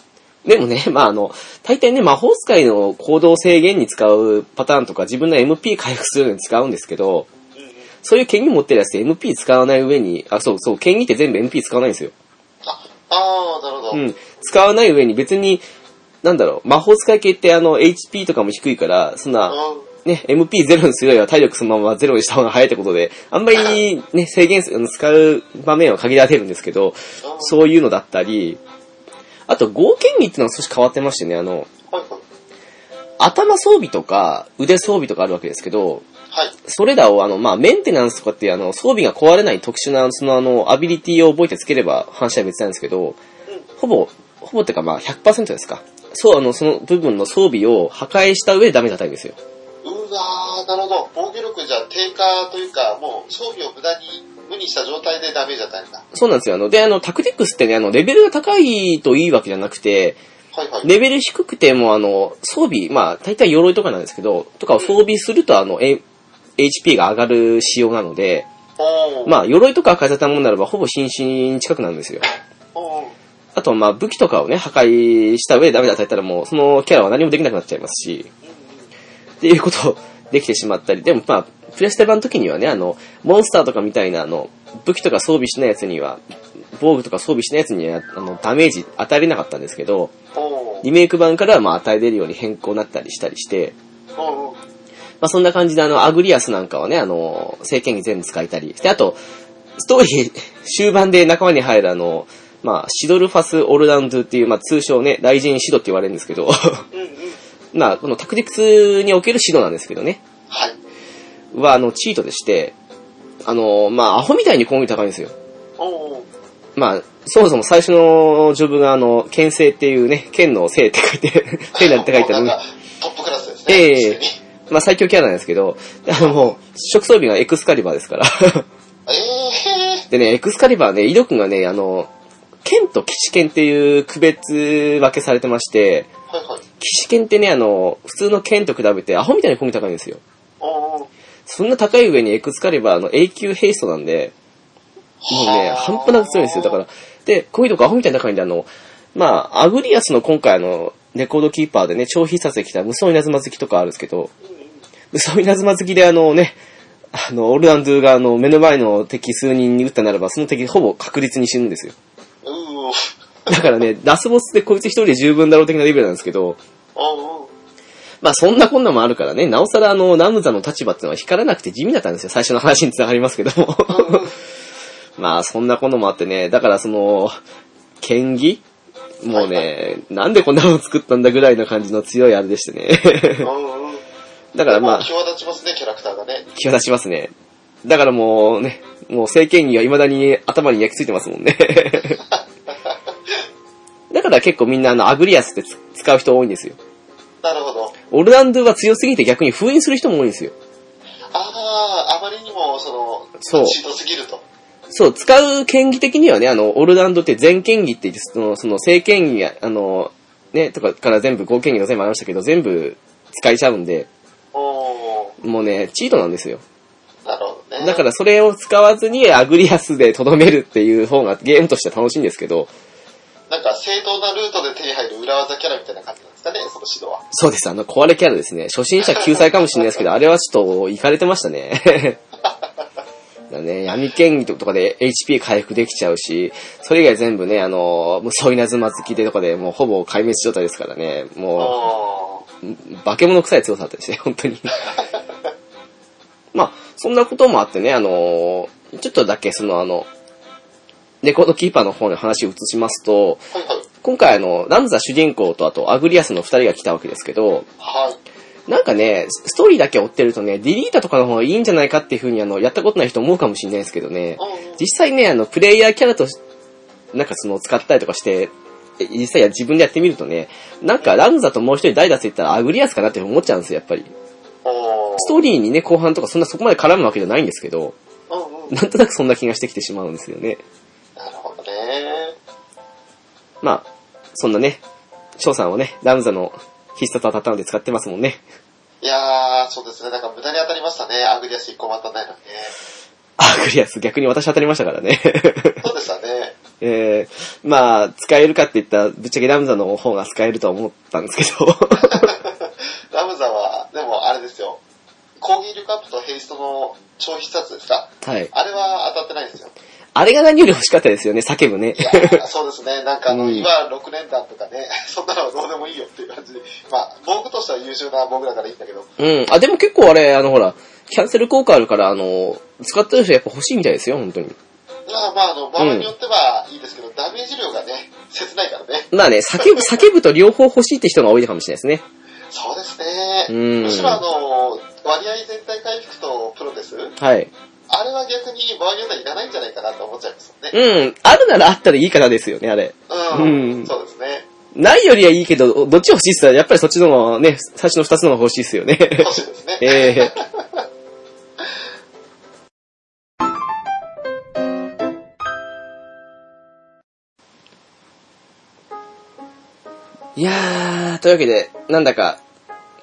Speaker 1: でもね、まああの、大体ね、魔法使いの行動制限に使うパターンとか、自分の MP 回復するのに使うんですけど、
Speaker 2: うんうん。
Speaker 1: そういう権限持ってるやつって MP 使わない上に、あ、そうそう、権限って全部 MP 使わないんですよ。
Speaker 2: あ、ああ、なるほど。
Speaker 1: う
Speaker 2: うん
Speaker 1: ん。使わない上に別に、なんだろう、魔法使い系ってあの、HP とかも低いから、そんな、ね、MP ゼロにするよりは体力そのままゼロにした方が早いってことで、あんまりね、制限すあの使う場面は限られるんですけど、
Speaker 2: う
Speaker 1: そういうのだったり、あと、合剣技っていうのは少し変わってましてね、あの、
Speaker 2: ん。はいはい。
Speaker 1: 頭装備とか腕装備とかあるわけですけど、
Speaker 2: はい。
Speaker 1: それらをあの、まあ、メンテナンスとかっていうあの、装備が壊れない特殊な、そのあの、アビリティを覚えてつければ話は別なんですけど、ほぼ、ほぼってかまあ100%ですか。そう、あの、その部分の装備を破壊した上でダメージ与えるんですよ。
Speaker 2: うわー、なるほど。防御力じゃ低下というか、もう装備を無駄に無にした状態でダメージ与えるんだ。
Speaker 1: そうなんですよ。あの、で、あの、タクティクスってね、あの、レベルが高いといいわけじゃなくて、
Speaker 2: はいはい。
Speaker 1: レベル低くても、あの、装備、まあ、大体鎧とかなんですけど、とかを装備すると、あの、え HP が上がる仕様なので、
Speaker 2: おー。
Speaker 1: まあ、鎧とか変えたものならば、ほぼ瀕死に近くなるんですよ。
Speaker 2: おー。
Speaker 1: あと、まあ、武器とかをね、破壊した上でダメージ与えたらもう、そのキャラは何もできなくなっちゃいますし、っていうことをできてしまったり、でもまあ、プレステ版の時にはね、あの、モンスターとかみたいな、あの、武器とか装備しないやつには、防具とか装備しないやつには、あの、ダメージ与えれなかったんですけど、
Speaker 2: おー。
Speaker 1: リメイク版からはまあ、与えれるように変更になったりしたりして、
Speaker 2: おー。
Speaker 1: まあそんな感じで、あの、アグリアスなんかはね、あの、聖剣に全部使えたり。で、あと、ストーリー (laughs) 終盤で仲間に入るあの、まあ、シドルファス・オルダンドゥっていう、まあ通称ね、雷神シドって言われるんですけど、 (laughs)
Speaker 2: うんうん。
Speaker 1: まあ、このタクティクスにおけるシドなんですけどね、
Speaker 2: はい。
Speaker 1: は、あの、チートでして、あの、まあ、アホみたいに攻撃高いんですよ。
Speaker 2: おー。
Speaker 1: まあ、そもそも最初のジョブが、あの、剣聖っていうね、剣の聖って書いて、 (laughs) 聖なんて書いてあ
Speaker 2: もう
Speaker 1: る
Speaker 2: な。んか、トップクラスですね。
Speaker 1: ええ
Speaker 2: え
Speaker 1: まあ、最強キャラなんですけど、あの、もう、食装備がエクスカリバーですから。 (laughs)
Speaker 2: え
Speaker 1: でね、エクスカリバーね、威力がね、あの、剣と騎士剣っていう区別分けされてまして、
Speaker 2: ー。はいはい。
Speaker 1: 騎士剣ってね、あの、普通の剣と比べてアホみたいに攻撃高いんですよ。
Speaker 2: おー。
Speaker 1: そんな高い上にエクスカリバーの永久ヘイストなんで、もうね、
Speaker 2: はー
Speaker 1: 半端なく強いんですよ。だから、で、攻撃力アホみたいに高いんで、あの、まあ、アグリアスの今回あの、レコードキーパーでね、超必殺できた無双稲妻好きとかあるんですけど、無双稲妻好きであのね、あの、オルランドゥがあの、目の前の敵数人に撃ったならば、その敵ほぼ確実に死ぬんですよ。
Speaker 2: うー。
Speaker 1: だからね、ラスボスでこいつ一人で十分だろう的なレベルなんですけど、
Speaker 2: おー。
Speaker 1: まあそんなこんなもあるからね、なおさらあの、ナムザの立場っていうのは光らなくて地味だったんですよ。最初の話に繋がりますけども。 (laughs) まあ、そんなこともあってね、だからその、剣技もうね、なんでこんなの作ったんだぐらいの感じの強いあれでして (laughs) ね。
Speaker 2: うんうん。
Speaker 1: だからまあ、
Speaker 2: 際立ちますね、キャラクターがね。
Speaker 1: 気が出しますね。だからもうね、もう政権には未だに頭に焼き付いてます (laughs) もんね。だから結構みんなあの、アグリアスってつ使う人多いんですよ。
Speaker 2: なるほど。
Speaker 1: オルランドゥは強すぎて逆に封印する人も多いんですよ。
Speaker 2: ああ、あまりにも、その、
Speaker 1: そう
Speaker 2: しんどすぎると。
Speaker 1: そう、使う剣技的にはね、あの、オルランドって全剣技って言って、その、その、正剣技や、あの、ね、とかから全部、合剣技の全部ありましたけど、全部使いちゃうんで、
Speaker 2: お
Speaker 1: もうね、チートなんですよ。
Speaker 2: ー、なるほどね。
Speaker 1: だからそれを使わずにアグリアスでとどめるっていう方がゲームとしては楽しいんですけど、
Speaker 2: なんか正当なルートで手に入る裏技キャラみたいな感じなんですかね、その指導は。
Speaker 1: そうです、あの、壊れキャラですね。初心者救済かもしれないですけど、あれはちょっと、いかれてましたね。 (laughs) だね、闇剣技とかで HP 回復できちゃうし、それ以外全部ね、あの、無双稲妻付きでとかでもうほぼ壊滅状態ですからね、も
Speaker 2: おー、
Speaker 1: う、化け物臭い強さだったりして、 (laughs) 本当に。まあ、そんなこともあってね、あの、ちょっとだけそのあの、レコードキーパーの方の話を移しますと、
Speaker 2: はいはい。
Speaker 1: 今回あの、ランザ主人公とあとアグリアスの二人が来たわけですけど、
Speaker 2: はい。
Speaker 1: なんかね、ストーリーだけ追ってるとね、ディリータとかの方がいいんじゃないかっていう風にあの、やったことない人思うかもしれないですけどね、
Speaker 2: うんうん
Speaker 1: 実際ね、あの、プレイヤーキャラとし、なんかその、使ったりとかして、え実際や自分でやってみるとね、なんかランザともう一人代打って言ったらアグリアスかなって思っちゃうんですよ、やっぱり。
Speaker 2: おー、
Speaker 1: ストーリーにね、後半とかそんなそこまで絡むわけじゃないんですけど、
Speaker 2: うんうん。
Speaker 1: なんとなくそんな気がしてきてしまうんですよね。
Speaker 2: なるほどね。
Speaker 1: まあ、そんなね、翔さんはね、ランザの必殺当たったので使ってますもんね。
Speaker 2: いやー、そうですね、なんか無駄に当たりましたね、アグリアス1個も当たんないのにね。
Speaker 1: アグリアス逆に私当たりましたからね。
Speaker 2: そうでしたね。
Speaker 1: えー、まあ、使えるかって言ったら、ぶっちゃけラムザの方が使えるとは思ったんですけ (laughs) ど。
Speaker 2: ラムザは、でもあれですよ、攻撃力アップとヘイストの超必殺ですか
Speaker 1: はい。
Speaker 2: あれは当たってないんですよ。
Speaker 1: あれが何より欲しかったですよね、叫ぶね
Speaker 2: い。や、そうですね。なんかあ
Speaker 1: う
Speaker 2: の、
Speaker 1: ん
Speaker 2: 今6連弾とかね、そんなのはどうでもいいよっていう感じで。まあ、防具としては優秀な防具だからいいんだけど。
Speaker 1: うん。あ、でも結構あれ、あのほら、キャンセル効果あるから、あの、使ってる人やっぱ欲しいみたいですよ、本当に。
Speaker 2: まあまあ、あの、場合によってはいいですけど、ダメージ量がね、切ないからね。
Speaker 1: まあね、叫 (laughs) ぶ、叫ぶと両方欲しいって人が多いかもしれないですね。
Speaker 2: そうですね。
Speaker 1: うん
Speaker 2: むしろあの、割合全体回復とプロです。
Speaker 1: はい。
Speaker 2: あれは逆に場合によってはいらないんじゃないかなと思っちゃいますよね。
Speaker 1: うん。あるならあったらいいかなですよね、あれ。
Speaker 2: うん。
Speaker 1: うん
Speaker 2: そうですね。
Speaker 1: ないよりはいいけど、どっち欲しいっすら、やっぱりそっちの方がね、最初の二つの方が欲しいっすよね。
Speaker 2: 欲しいですね。
Speaker 1: ええいやー、というわけで、なんだか、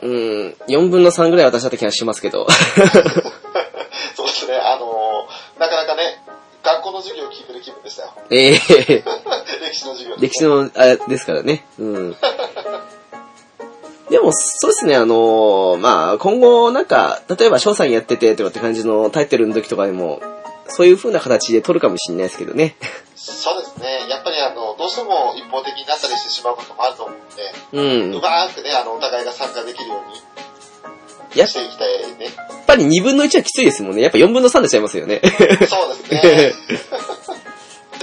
Speaker 1: うーん、4分の3ぐらい私だった気がしますけど。
Speaker 2: (laughs)
Speaker 1: (laughs)
Speaker 2: そうですね。あの、なかなかね、学校の授業を聞いてる気分でしたよ。 (laughs)
Speaker 1: ええ
Speaker 2: 歴史の授業、
Speaker 1: 歴史の、あれですからね。うん。でも、そうですね、あのーまあ、今後、なんか、例えば、翔さんやってて、とかって感じのタイトルの時とかでも、そういう風な形で撮るかもしれないですけどね。
Speaker 2: そうですね。やっぱりあの、どうしても一方的になったりしてしまうこともあると思うんで、
Speaker 1: う。
Speaker 2: うんまーくね、あの、お互いが参加できるように
Speaker 1: やっ
Speaker 2: していきたいね。
Speaker 1: ぱり2分の1はきついですもんね。やっぱ4分の3出ちゃいますよね。 (laughs)
Speaker 2: そうですね。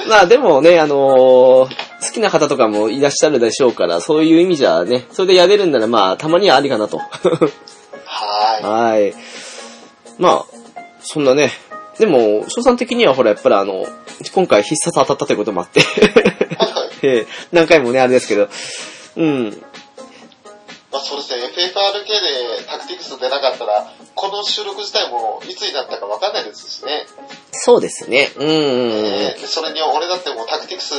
Speaker 1: まあでもね、あのー好きな方とかもいらっしゃるでしょうから、そういう意味じゃね、それでやれるんならまあ、たまにはありかなと。
Speaker 2: は
Speaker 1: はい。まあ、そんなね。でも、翔さん的にはほら、やっぱりあの、今回必殺当たったということもあって、 (laughs)
Speaker 2: い。はいはい。
Speaker 1: えー何回もね、あれですけど、うん。
Speaker 2: まあそうですね、FFRK でタクティクス出なかったら、この収録自体もいつになったかわかんないですしね。
Speaker 1: そうですね。うん
Speaker 2: えーそれに俺だってもうタクティクス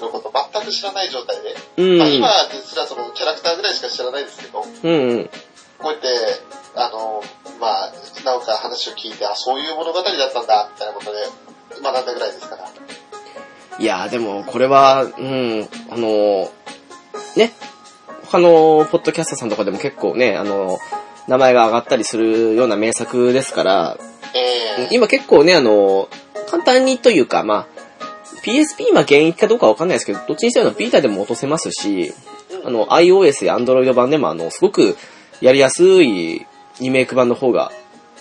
Speaker 2: のこと全く知らない状態で。
Speaker 1: うん。
Speaker 2: まあ今ですらそのキャラクターぐらいしか知らないですけど、
Speaker 1: うん。うんうん。
Speaker 2: こうやって、あの、まあ、なおか話を聞いて、あ、そういう物語だったんだ、みたいなことで学んだぐらいですから。
Speaker 1: いやーでも、これは、うん、あのーね、他のポッドキャストさんとかでも結構ね、あのー名前が上がったりするような名作ですから、
Speaker 2: ええ
Speaker 1: 今結構ね、あのー簡単にというか、まあ、PSP まあ現役かどうかわかんないですけど、どっちにしてもビータでも落とせますし、あの、iOS や Android 版でもあの、すごくやりやすいリメイク版の方が、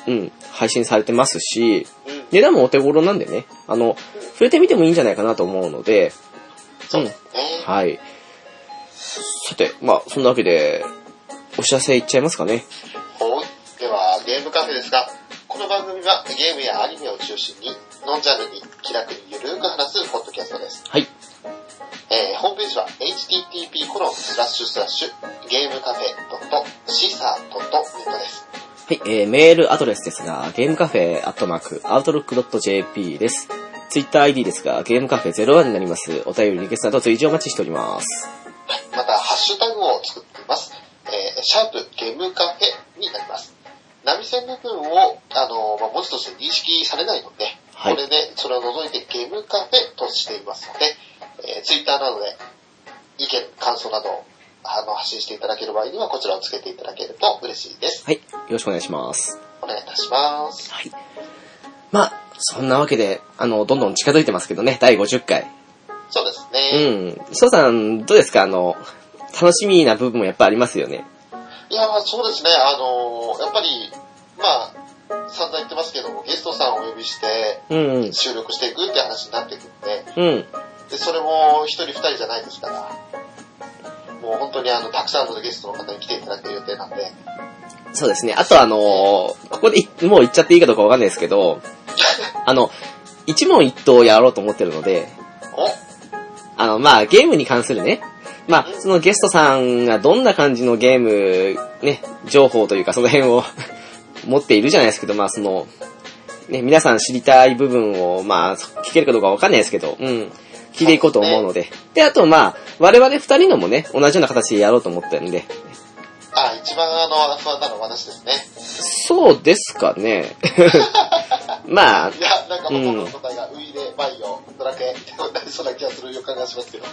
Speaker 1: うん、配信されてますし、
Speaker 2: うんうん。
Speaker 1: 値段もお手頃なんでね、あの、触れてみてもいいんじゃないかなと思うので、
Speaker 2: そう
Speaker 1: うん
Speaker 2: ですね。
Speaker 1: はい。さて、まあ、そんなわけで、お知らせいっちゃいますかね。
Speaker 2: はい。では、ゲームカフェですが、この番組はゲームやアニメを中心に、ノンジャンルに気楽にゆるーく話すポッドキャストです。
Speaker 1: はい。
Speaker 2: えー、ホームページは http コロンスラッシュスラッシュゲームカフェシーサー .net です。
Speaker 1: はい、えー、メールアドレスですが、ゲームカフェアットマーク、アウトロック .jp です。ツイッター ID ですが、ゲームカフェ01になります。お便り、リクエストなど随時お待ちしております。
Speaker 2: はい。また、ハッシュタグを作っています。えー、シャープゲームカフェになります。波線部分を、あのーまあ、文字として認識されないので、
Speaker 1: はい
Speaker 2: これで、それを除いてゲームカフェとしていますので、えー、ツイッターなどで意見、感想などをあの発信していただける場合には、こちらをつけていただけると嬉しいです。
Speaker 1: はい、よろしくお願いします。
Speaker 2: お願いいたします。
Speaker 1: はい。まあ、そんなわけで、あの、どんどん近づいてますけどね、第50回。
Speaker 2: そうですね。
Speaker 1: うん。翔さん、どうですかあの、楽しみな部分もやっぱありますよね。
Speaker 2: いやーそうですね、あのーやっぱり、まあ、散々言ってますけども、ゲストさんをお呼びして、
Speaker 1: うん。
Speaker 2: 収録していくって話になってくるん
Speaker 1: う
Speaker 2: で、
Speaker 1: ん。
Speaker 2: で、それも一人二人じゃないですから、もう本当にあの、たくさんのゲストの方に来ていただける予定なんで、
Speaker 1: そうですね。あとあのーここでいもう言っちゃっていいかどうかわかんないですけど、あの、一問一答やろうと思ってるので、
Speaker 2: お
Speaker 1: あの、まあ、ゲームに関するね、まあ、そのゲストさんがどんな感じのゲーム、ね、情報というかその辺を (laughs) 持っているじゃないですけど、まあ、その、ね、皆さん知りたい部分を、まあ、聞けるかどうかわかんないですけど、うん、聞いていこうと思うので。で、あと、まあ、我々二人のもね、同じような形でやろうと思ってるんで、
Speaker 2: あ、一番あの、不安なのは私ですね。
Speaker 1: そうですかね。まあ
Speaker 2: い、や、なんかほとんどの答えが、ウイレ、バイオ、ドラクエってなりそうな気がする予感が
Speaker 1: (laughs)
Speaker 2: しますけど。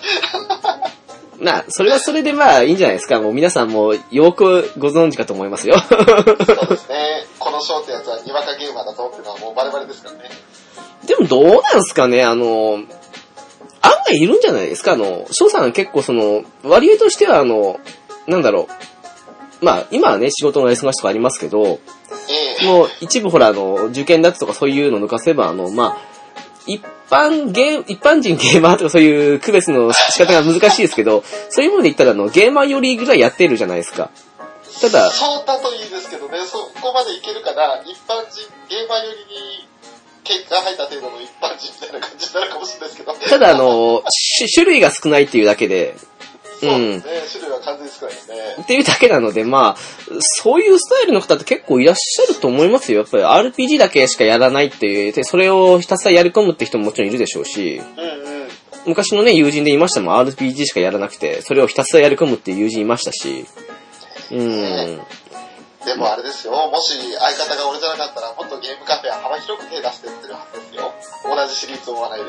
Speaker 1: まあ、それはそれでまあいいんじゃないですか。もう皆さんもよくご存知かと思いますよ。
Speaker 2: そうですね、このショーってやつはにわかゲーマーだとっていうのはもうバレバレですからね。
Speaker 1: でもどうなんすかね、あの、案外いるんじゃないですか、あの、翔さん結構その、割合としてはあの、なんだろう。まあ、今はね、仕事の忙しさありますけど、
Speaker 2: ええ
Speaker 1: もう一部ほら、あの、受験だとかそういうの抜かせば、あの、まあ、一般ゲー、一般人ゲーマーとかそういう区別の仕方が難しいですけど、そういうもので言ったら、あの、ゲーマーよりぐらいやってるじゃないですか。ただ、
Speaker 2: そうだといいですけどね、そこまでいけるかな、一般人、ゲーマーよりに、結果入った程度の一般人みたいな感じになるかもしれないですけど。
Speaker 1: ただあ、の、し種類が少ないっていうだけで、
Speaker 2: そうですね、種類は完全に少ないですね。
Speaker 1: っていうだけなので、まあ、そういうスタイルの方って結構いらっしゃると思いますよ。やっぱり RPG だけしかやらないっていう、でそれをひたすらやり込むって人ももちろんいるでしょうし、
Speaker 2: うんうん。
Speaker 1: 昔のね、友人でいましたもん、RPG しかやらなくて、それをひたすらやり込むっていう友人いましたし、うん。
Speaker 2: でもあれですよ、もし相方が俺じゃなかったら、もっとゲームカフェは幅広く手出してってるはずですよ。同じシリーズを追わないで。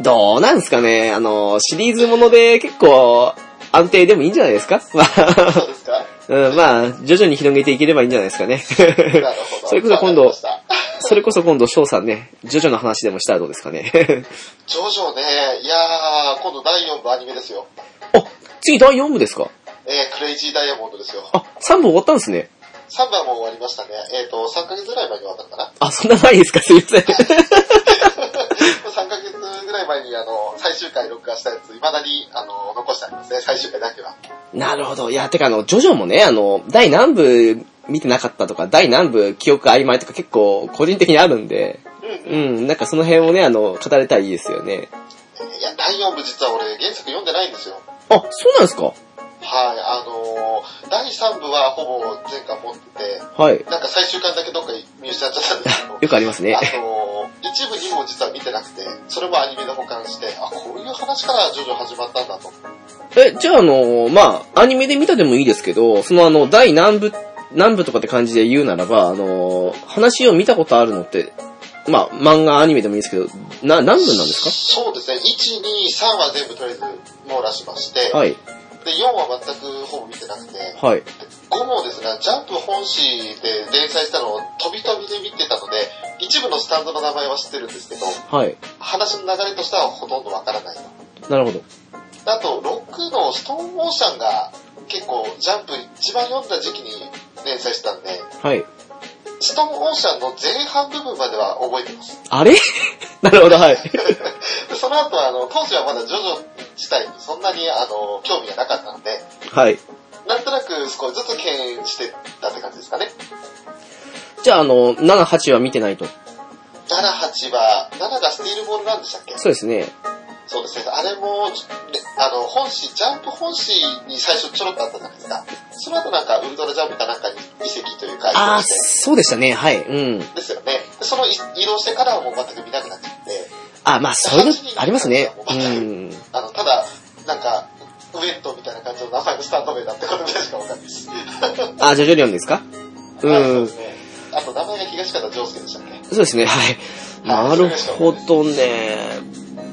Speaker 1: どうなんですかね、あの、シリーズもので結構安定でもいいんじゃないですかまあ、
Speaker 2: そうで
Speaker 1: (laughs)
Speaker 2: すか
Speaker 1: うん、まあ、徐々に広げていければいいんじゃないですかね。 (laughs)
Speaker 2: なるほど。
Speaker 1: それこそ今度
Speaker 2: わかりました
Speaker 1: それこそ今度、翔さんね、ジョジョの話でもしたらどうですかね。 (laughs)
Speaker 2: ジョジョね、いやー、今度第4部アニメですよ。
Speaker 1: あ、次第4部ですか
Speaker 2: えー、クレイジーダイヤモンドですよ。
Speaker 1: あ、3部終わったんですね。
Speaker 2: 3番も終わりましたね。えっ、と、3ヶ月ぐらい前に終わったのかな (laughs)
Speaker 1: あ、そんな前ですかすいません。
Speaker 2: 3ヶ月ぐらい前に、あの、最終回録画したやつ、未だに、あの、残してありますね、最終回だけは。
Speaker 1: なるほど。いや、てかあの、ジョジョもね、あの、第何部見てなかったとか、第何部記憶曖昧とか結構個人的にあるんで、
Speaker 2: うん。
Speaker 1: うん、なんかその辺をね、あの、語れたらいいですよね。
Speaker 2: いや、第4部実は俺、原作読んでないんですよ。
Speaker 1: あ、そうなんですか
Speaker 2: はい、あのー第3部はほぼ前回持ってて、
Speaker 1: はい。。
Speaker 2: なんか最終巻だけどっか見失っちゃったんですけど
Speaker 1: よくありますね
Speaker 2: あ。のー、一部にも実は見てなくて、それもアニメで保管して、あ、こういう話から徐々に始まったんだと。
Speaker 1: え、じゃああの、まあ、アニメで見たでもいいですけど、そのあの、第何部、何部とかって感じで言うならば、あの、話を見たことあるのって、まあ、漫画、アニメでもいいですけど、な、何部なんですか
Speaker 2: そうですね、1、2、3は全部とりあえず網羅しまして、
Speaker 1: はい、
Speaker 2: で、4は全くほぼ見てなくて、
Speaker 1: はい。
Speaker 2: 5もですね、ジャンプ本誌で連載したのを飛び飛びで見てたので、一部のスタンドの名前は知ってるんですけど、
Speaker 1: はい。
Speaker 2: 話の流れとしてはほとんどわからないと。
Speaker 1: なるほど。
Speaker 2: あと、6のストーンオーシャンが結構ジャンプ一番読んだ時期に連載してたんで、
Speaker 1: はい。
Speaker 2: ストームオーシャンの前半部分までは覚えてます。
Speaker 1: あれ (laughs) なるほど、はい。
Speaker 2: でその後は、あの、当時はまだジョジョ自体にそんなに、あの、興味がなかったので、
Speaker 1: はい。
Speaker 2: なんとなく少しずつ敬遠してたって感じですかね。
Speaker 1: じゃあ、あの、7、8は見てないと。
Speaker 2: 7、8は、7がスティールボールなんでしたっけ
Speaker 1: そうですね。
Speaker 2: そうですね。あれも、ねあの、本誌、ジャンプ本誌に最初ちょろっとあったじゃないですか。その後なんか、ウルトラジャンプかなんかに移籍というか、移
Speaker 1: ああ
Speaker 2: 動
Speaker 1: ー、
Speaker 2: して
Speaker 1: そうでしたね、はい。うん。
Speaker 2: ですよね。でその移移動してからはもう全く見なくなっちゃって、
Speaker 1: あ、まあ、そういうの、ありますね。うん。
Speaker 2: あの、ただ、なんか、ウエットみたいな感じの名前のスタート名だってことぐらいしかわかんない (laughs) です。
Speaker 1: あ、ジョジョリオンですかう
Speaker 2: あそうで
Speaker 1: ん。
Speaker 2: すね。あと、名前が東方丈介でしたっけ
Speaker 1: そうですね、はい。なるほどね。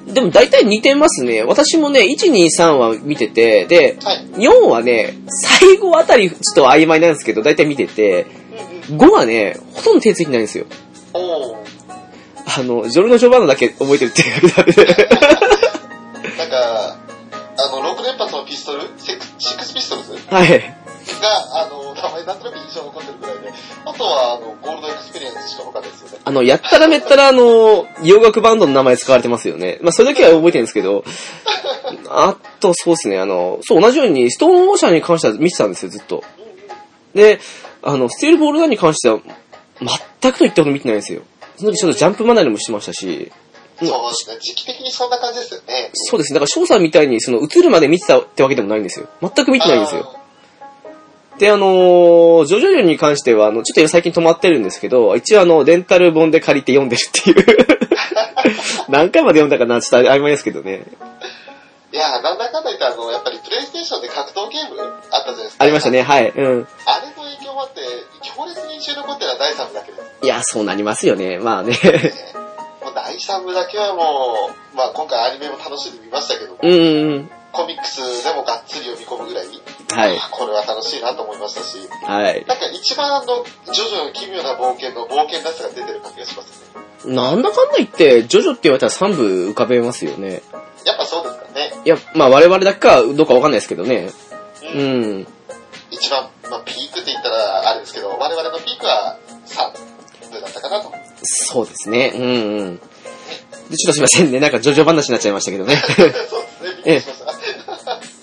Speaker 1: でも大体似てますね。私もね、1、2、3は見てて、で、
Speaker 2: はい。
Speaker 1: 4はね、最後あたりちょっと曖昧なんですけど、大体見てて、5はね、ほとんど手ついてないんですよ。
Speaker 2: おお。
Speaker 1: あの、ジョルノ・ジョバンノだけ覚えてるっていう。
Speaker 2: なんか、あの、6連発のピストル、セクシックスピストルズ
Speaker 1: はい。
Speaker 2: が、あの、名前なんとなく印象残ってるぐらいで、あとは、あの、ゴールドエクスペリエンスしかわかんないですよね。
Speaker 1: あの、やったらめったら、あの、洋楽バンドの名前使われてますよね。まあ、それだけは覚えてるんですけど、あと、そうですね、あの、そう、同じように、ストーンオーシャンに関しては見てたんですよ、ずっと。で、あの、スティールボールダーに関しては、全くと言ったこと見てないんですよ。その時ちょっとジャンプマナーもしてましたし、うん
Speaker 2: そうですね。時期的にそんな感じですよね。
Speaker 1: そうですね、だから翔さんみたいに、その、映るまで見てたってわけでもないんですよ。全く見てないんですよ。で、あのー、ジョジョジョに関しては、あの、ちょっと今最近止まってるんですけど、一応あの、レンタル本で借りて読んでるっていう。 (laughs) 何回まで読んだかな、ちょっと曖昧ですけどね。
Speaker 2: あー。いやー、なんだかんだ言って、あの、やっぱりプレイステーションで格闘ゲームあったじゃないですか。
Speaker 1: ありましたね、。はい。うん。
Speaker 2: あれの影響もあって、強烈に印象に残ってるのは第3部だけです。
Speaker 1: いや、そうなりますよね。 (laughs) まあね。
Speaker 2: もう第3部だけはもう、まあ今回アニメも楽しんでみましたけども、
Speaker 1: うんうんうん。
Speaker 2: コミックスでもがっつり読み込むぐらいに、
Speaker 1: はい。
Speaker 2: あこれは楽しいなと思いましたし、
Speaker 1: はい。
Speaker 2: なんか一番あの、ジョジョの奇妙な冒険の冒険らしさが出てる感じがしますね。
Speaker 1: なんだかんだ言って、ジョジョって言われたら3部浮かべますよね。
Speaker 2: やっぱそうですかね。
Speaker 1: いや、まあ我々だけかどうかわかんないですけどね。うん。
Speaker 2: 一番、まあ、ピークって言ったらあれですけど、我々のピークは3部だった
Speaker 1: (laughs)
Speaker 2: かなと。
Speaker 1: そうですね。うんうん。でちょっとすいませんね。なんかジョジョ話になっちゃいましたけどね。 (laughs)
Speaker 2: (laughs) そうですね、びっくりしました。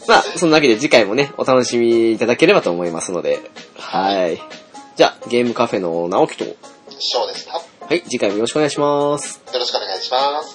Speaker 1: まあ、そんなわけで次回もね、お楽しみいただければと思いますので。はい。じゃあ、ゲームカフェの直樹と。
Speaker 2: ショーでした。よ
Speaker 1: はい、次回もよろしくお願いします。
Speaker 2: ろしくお願いします。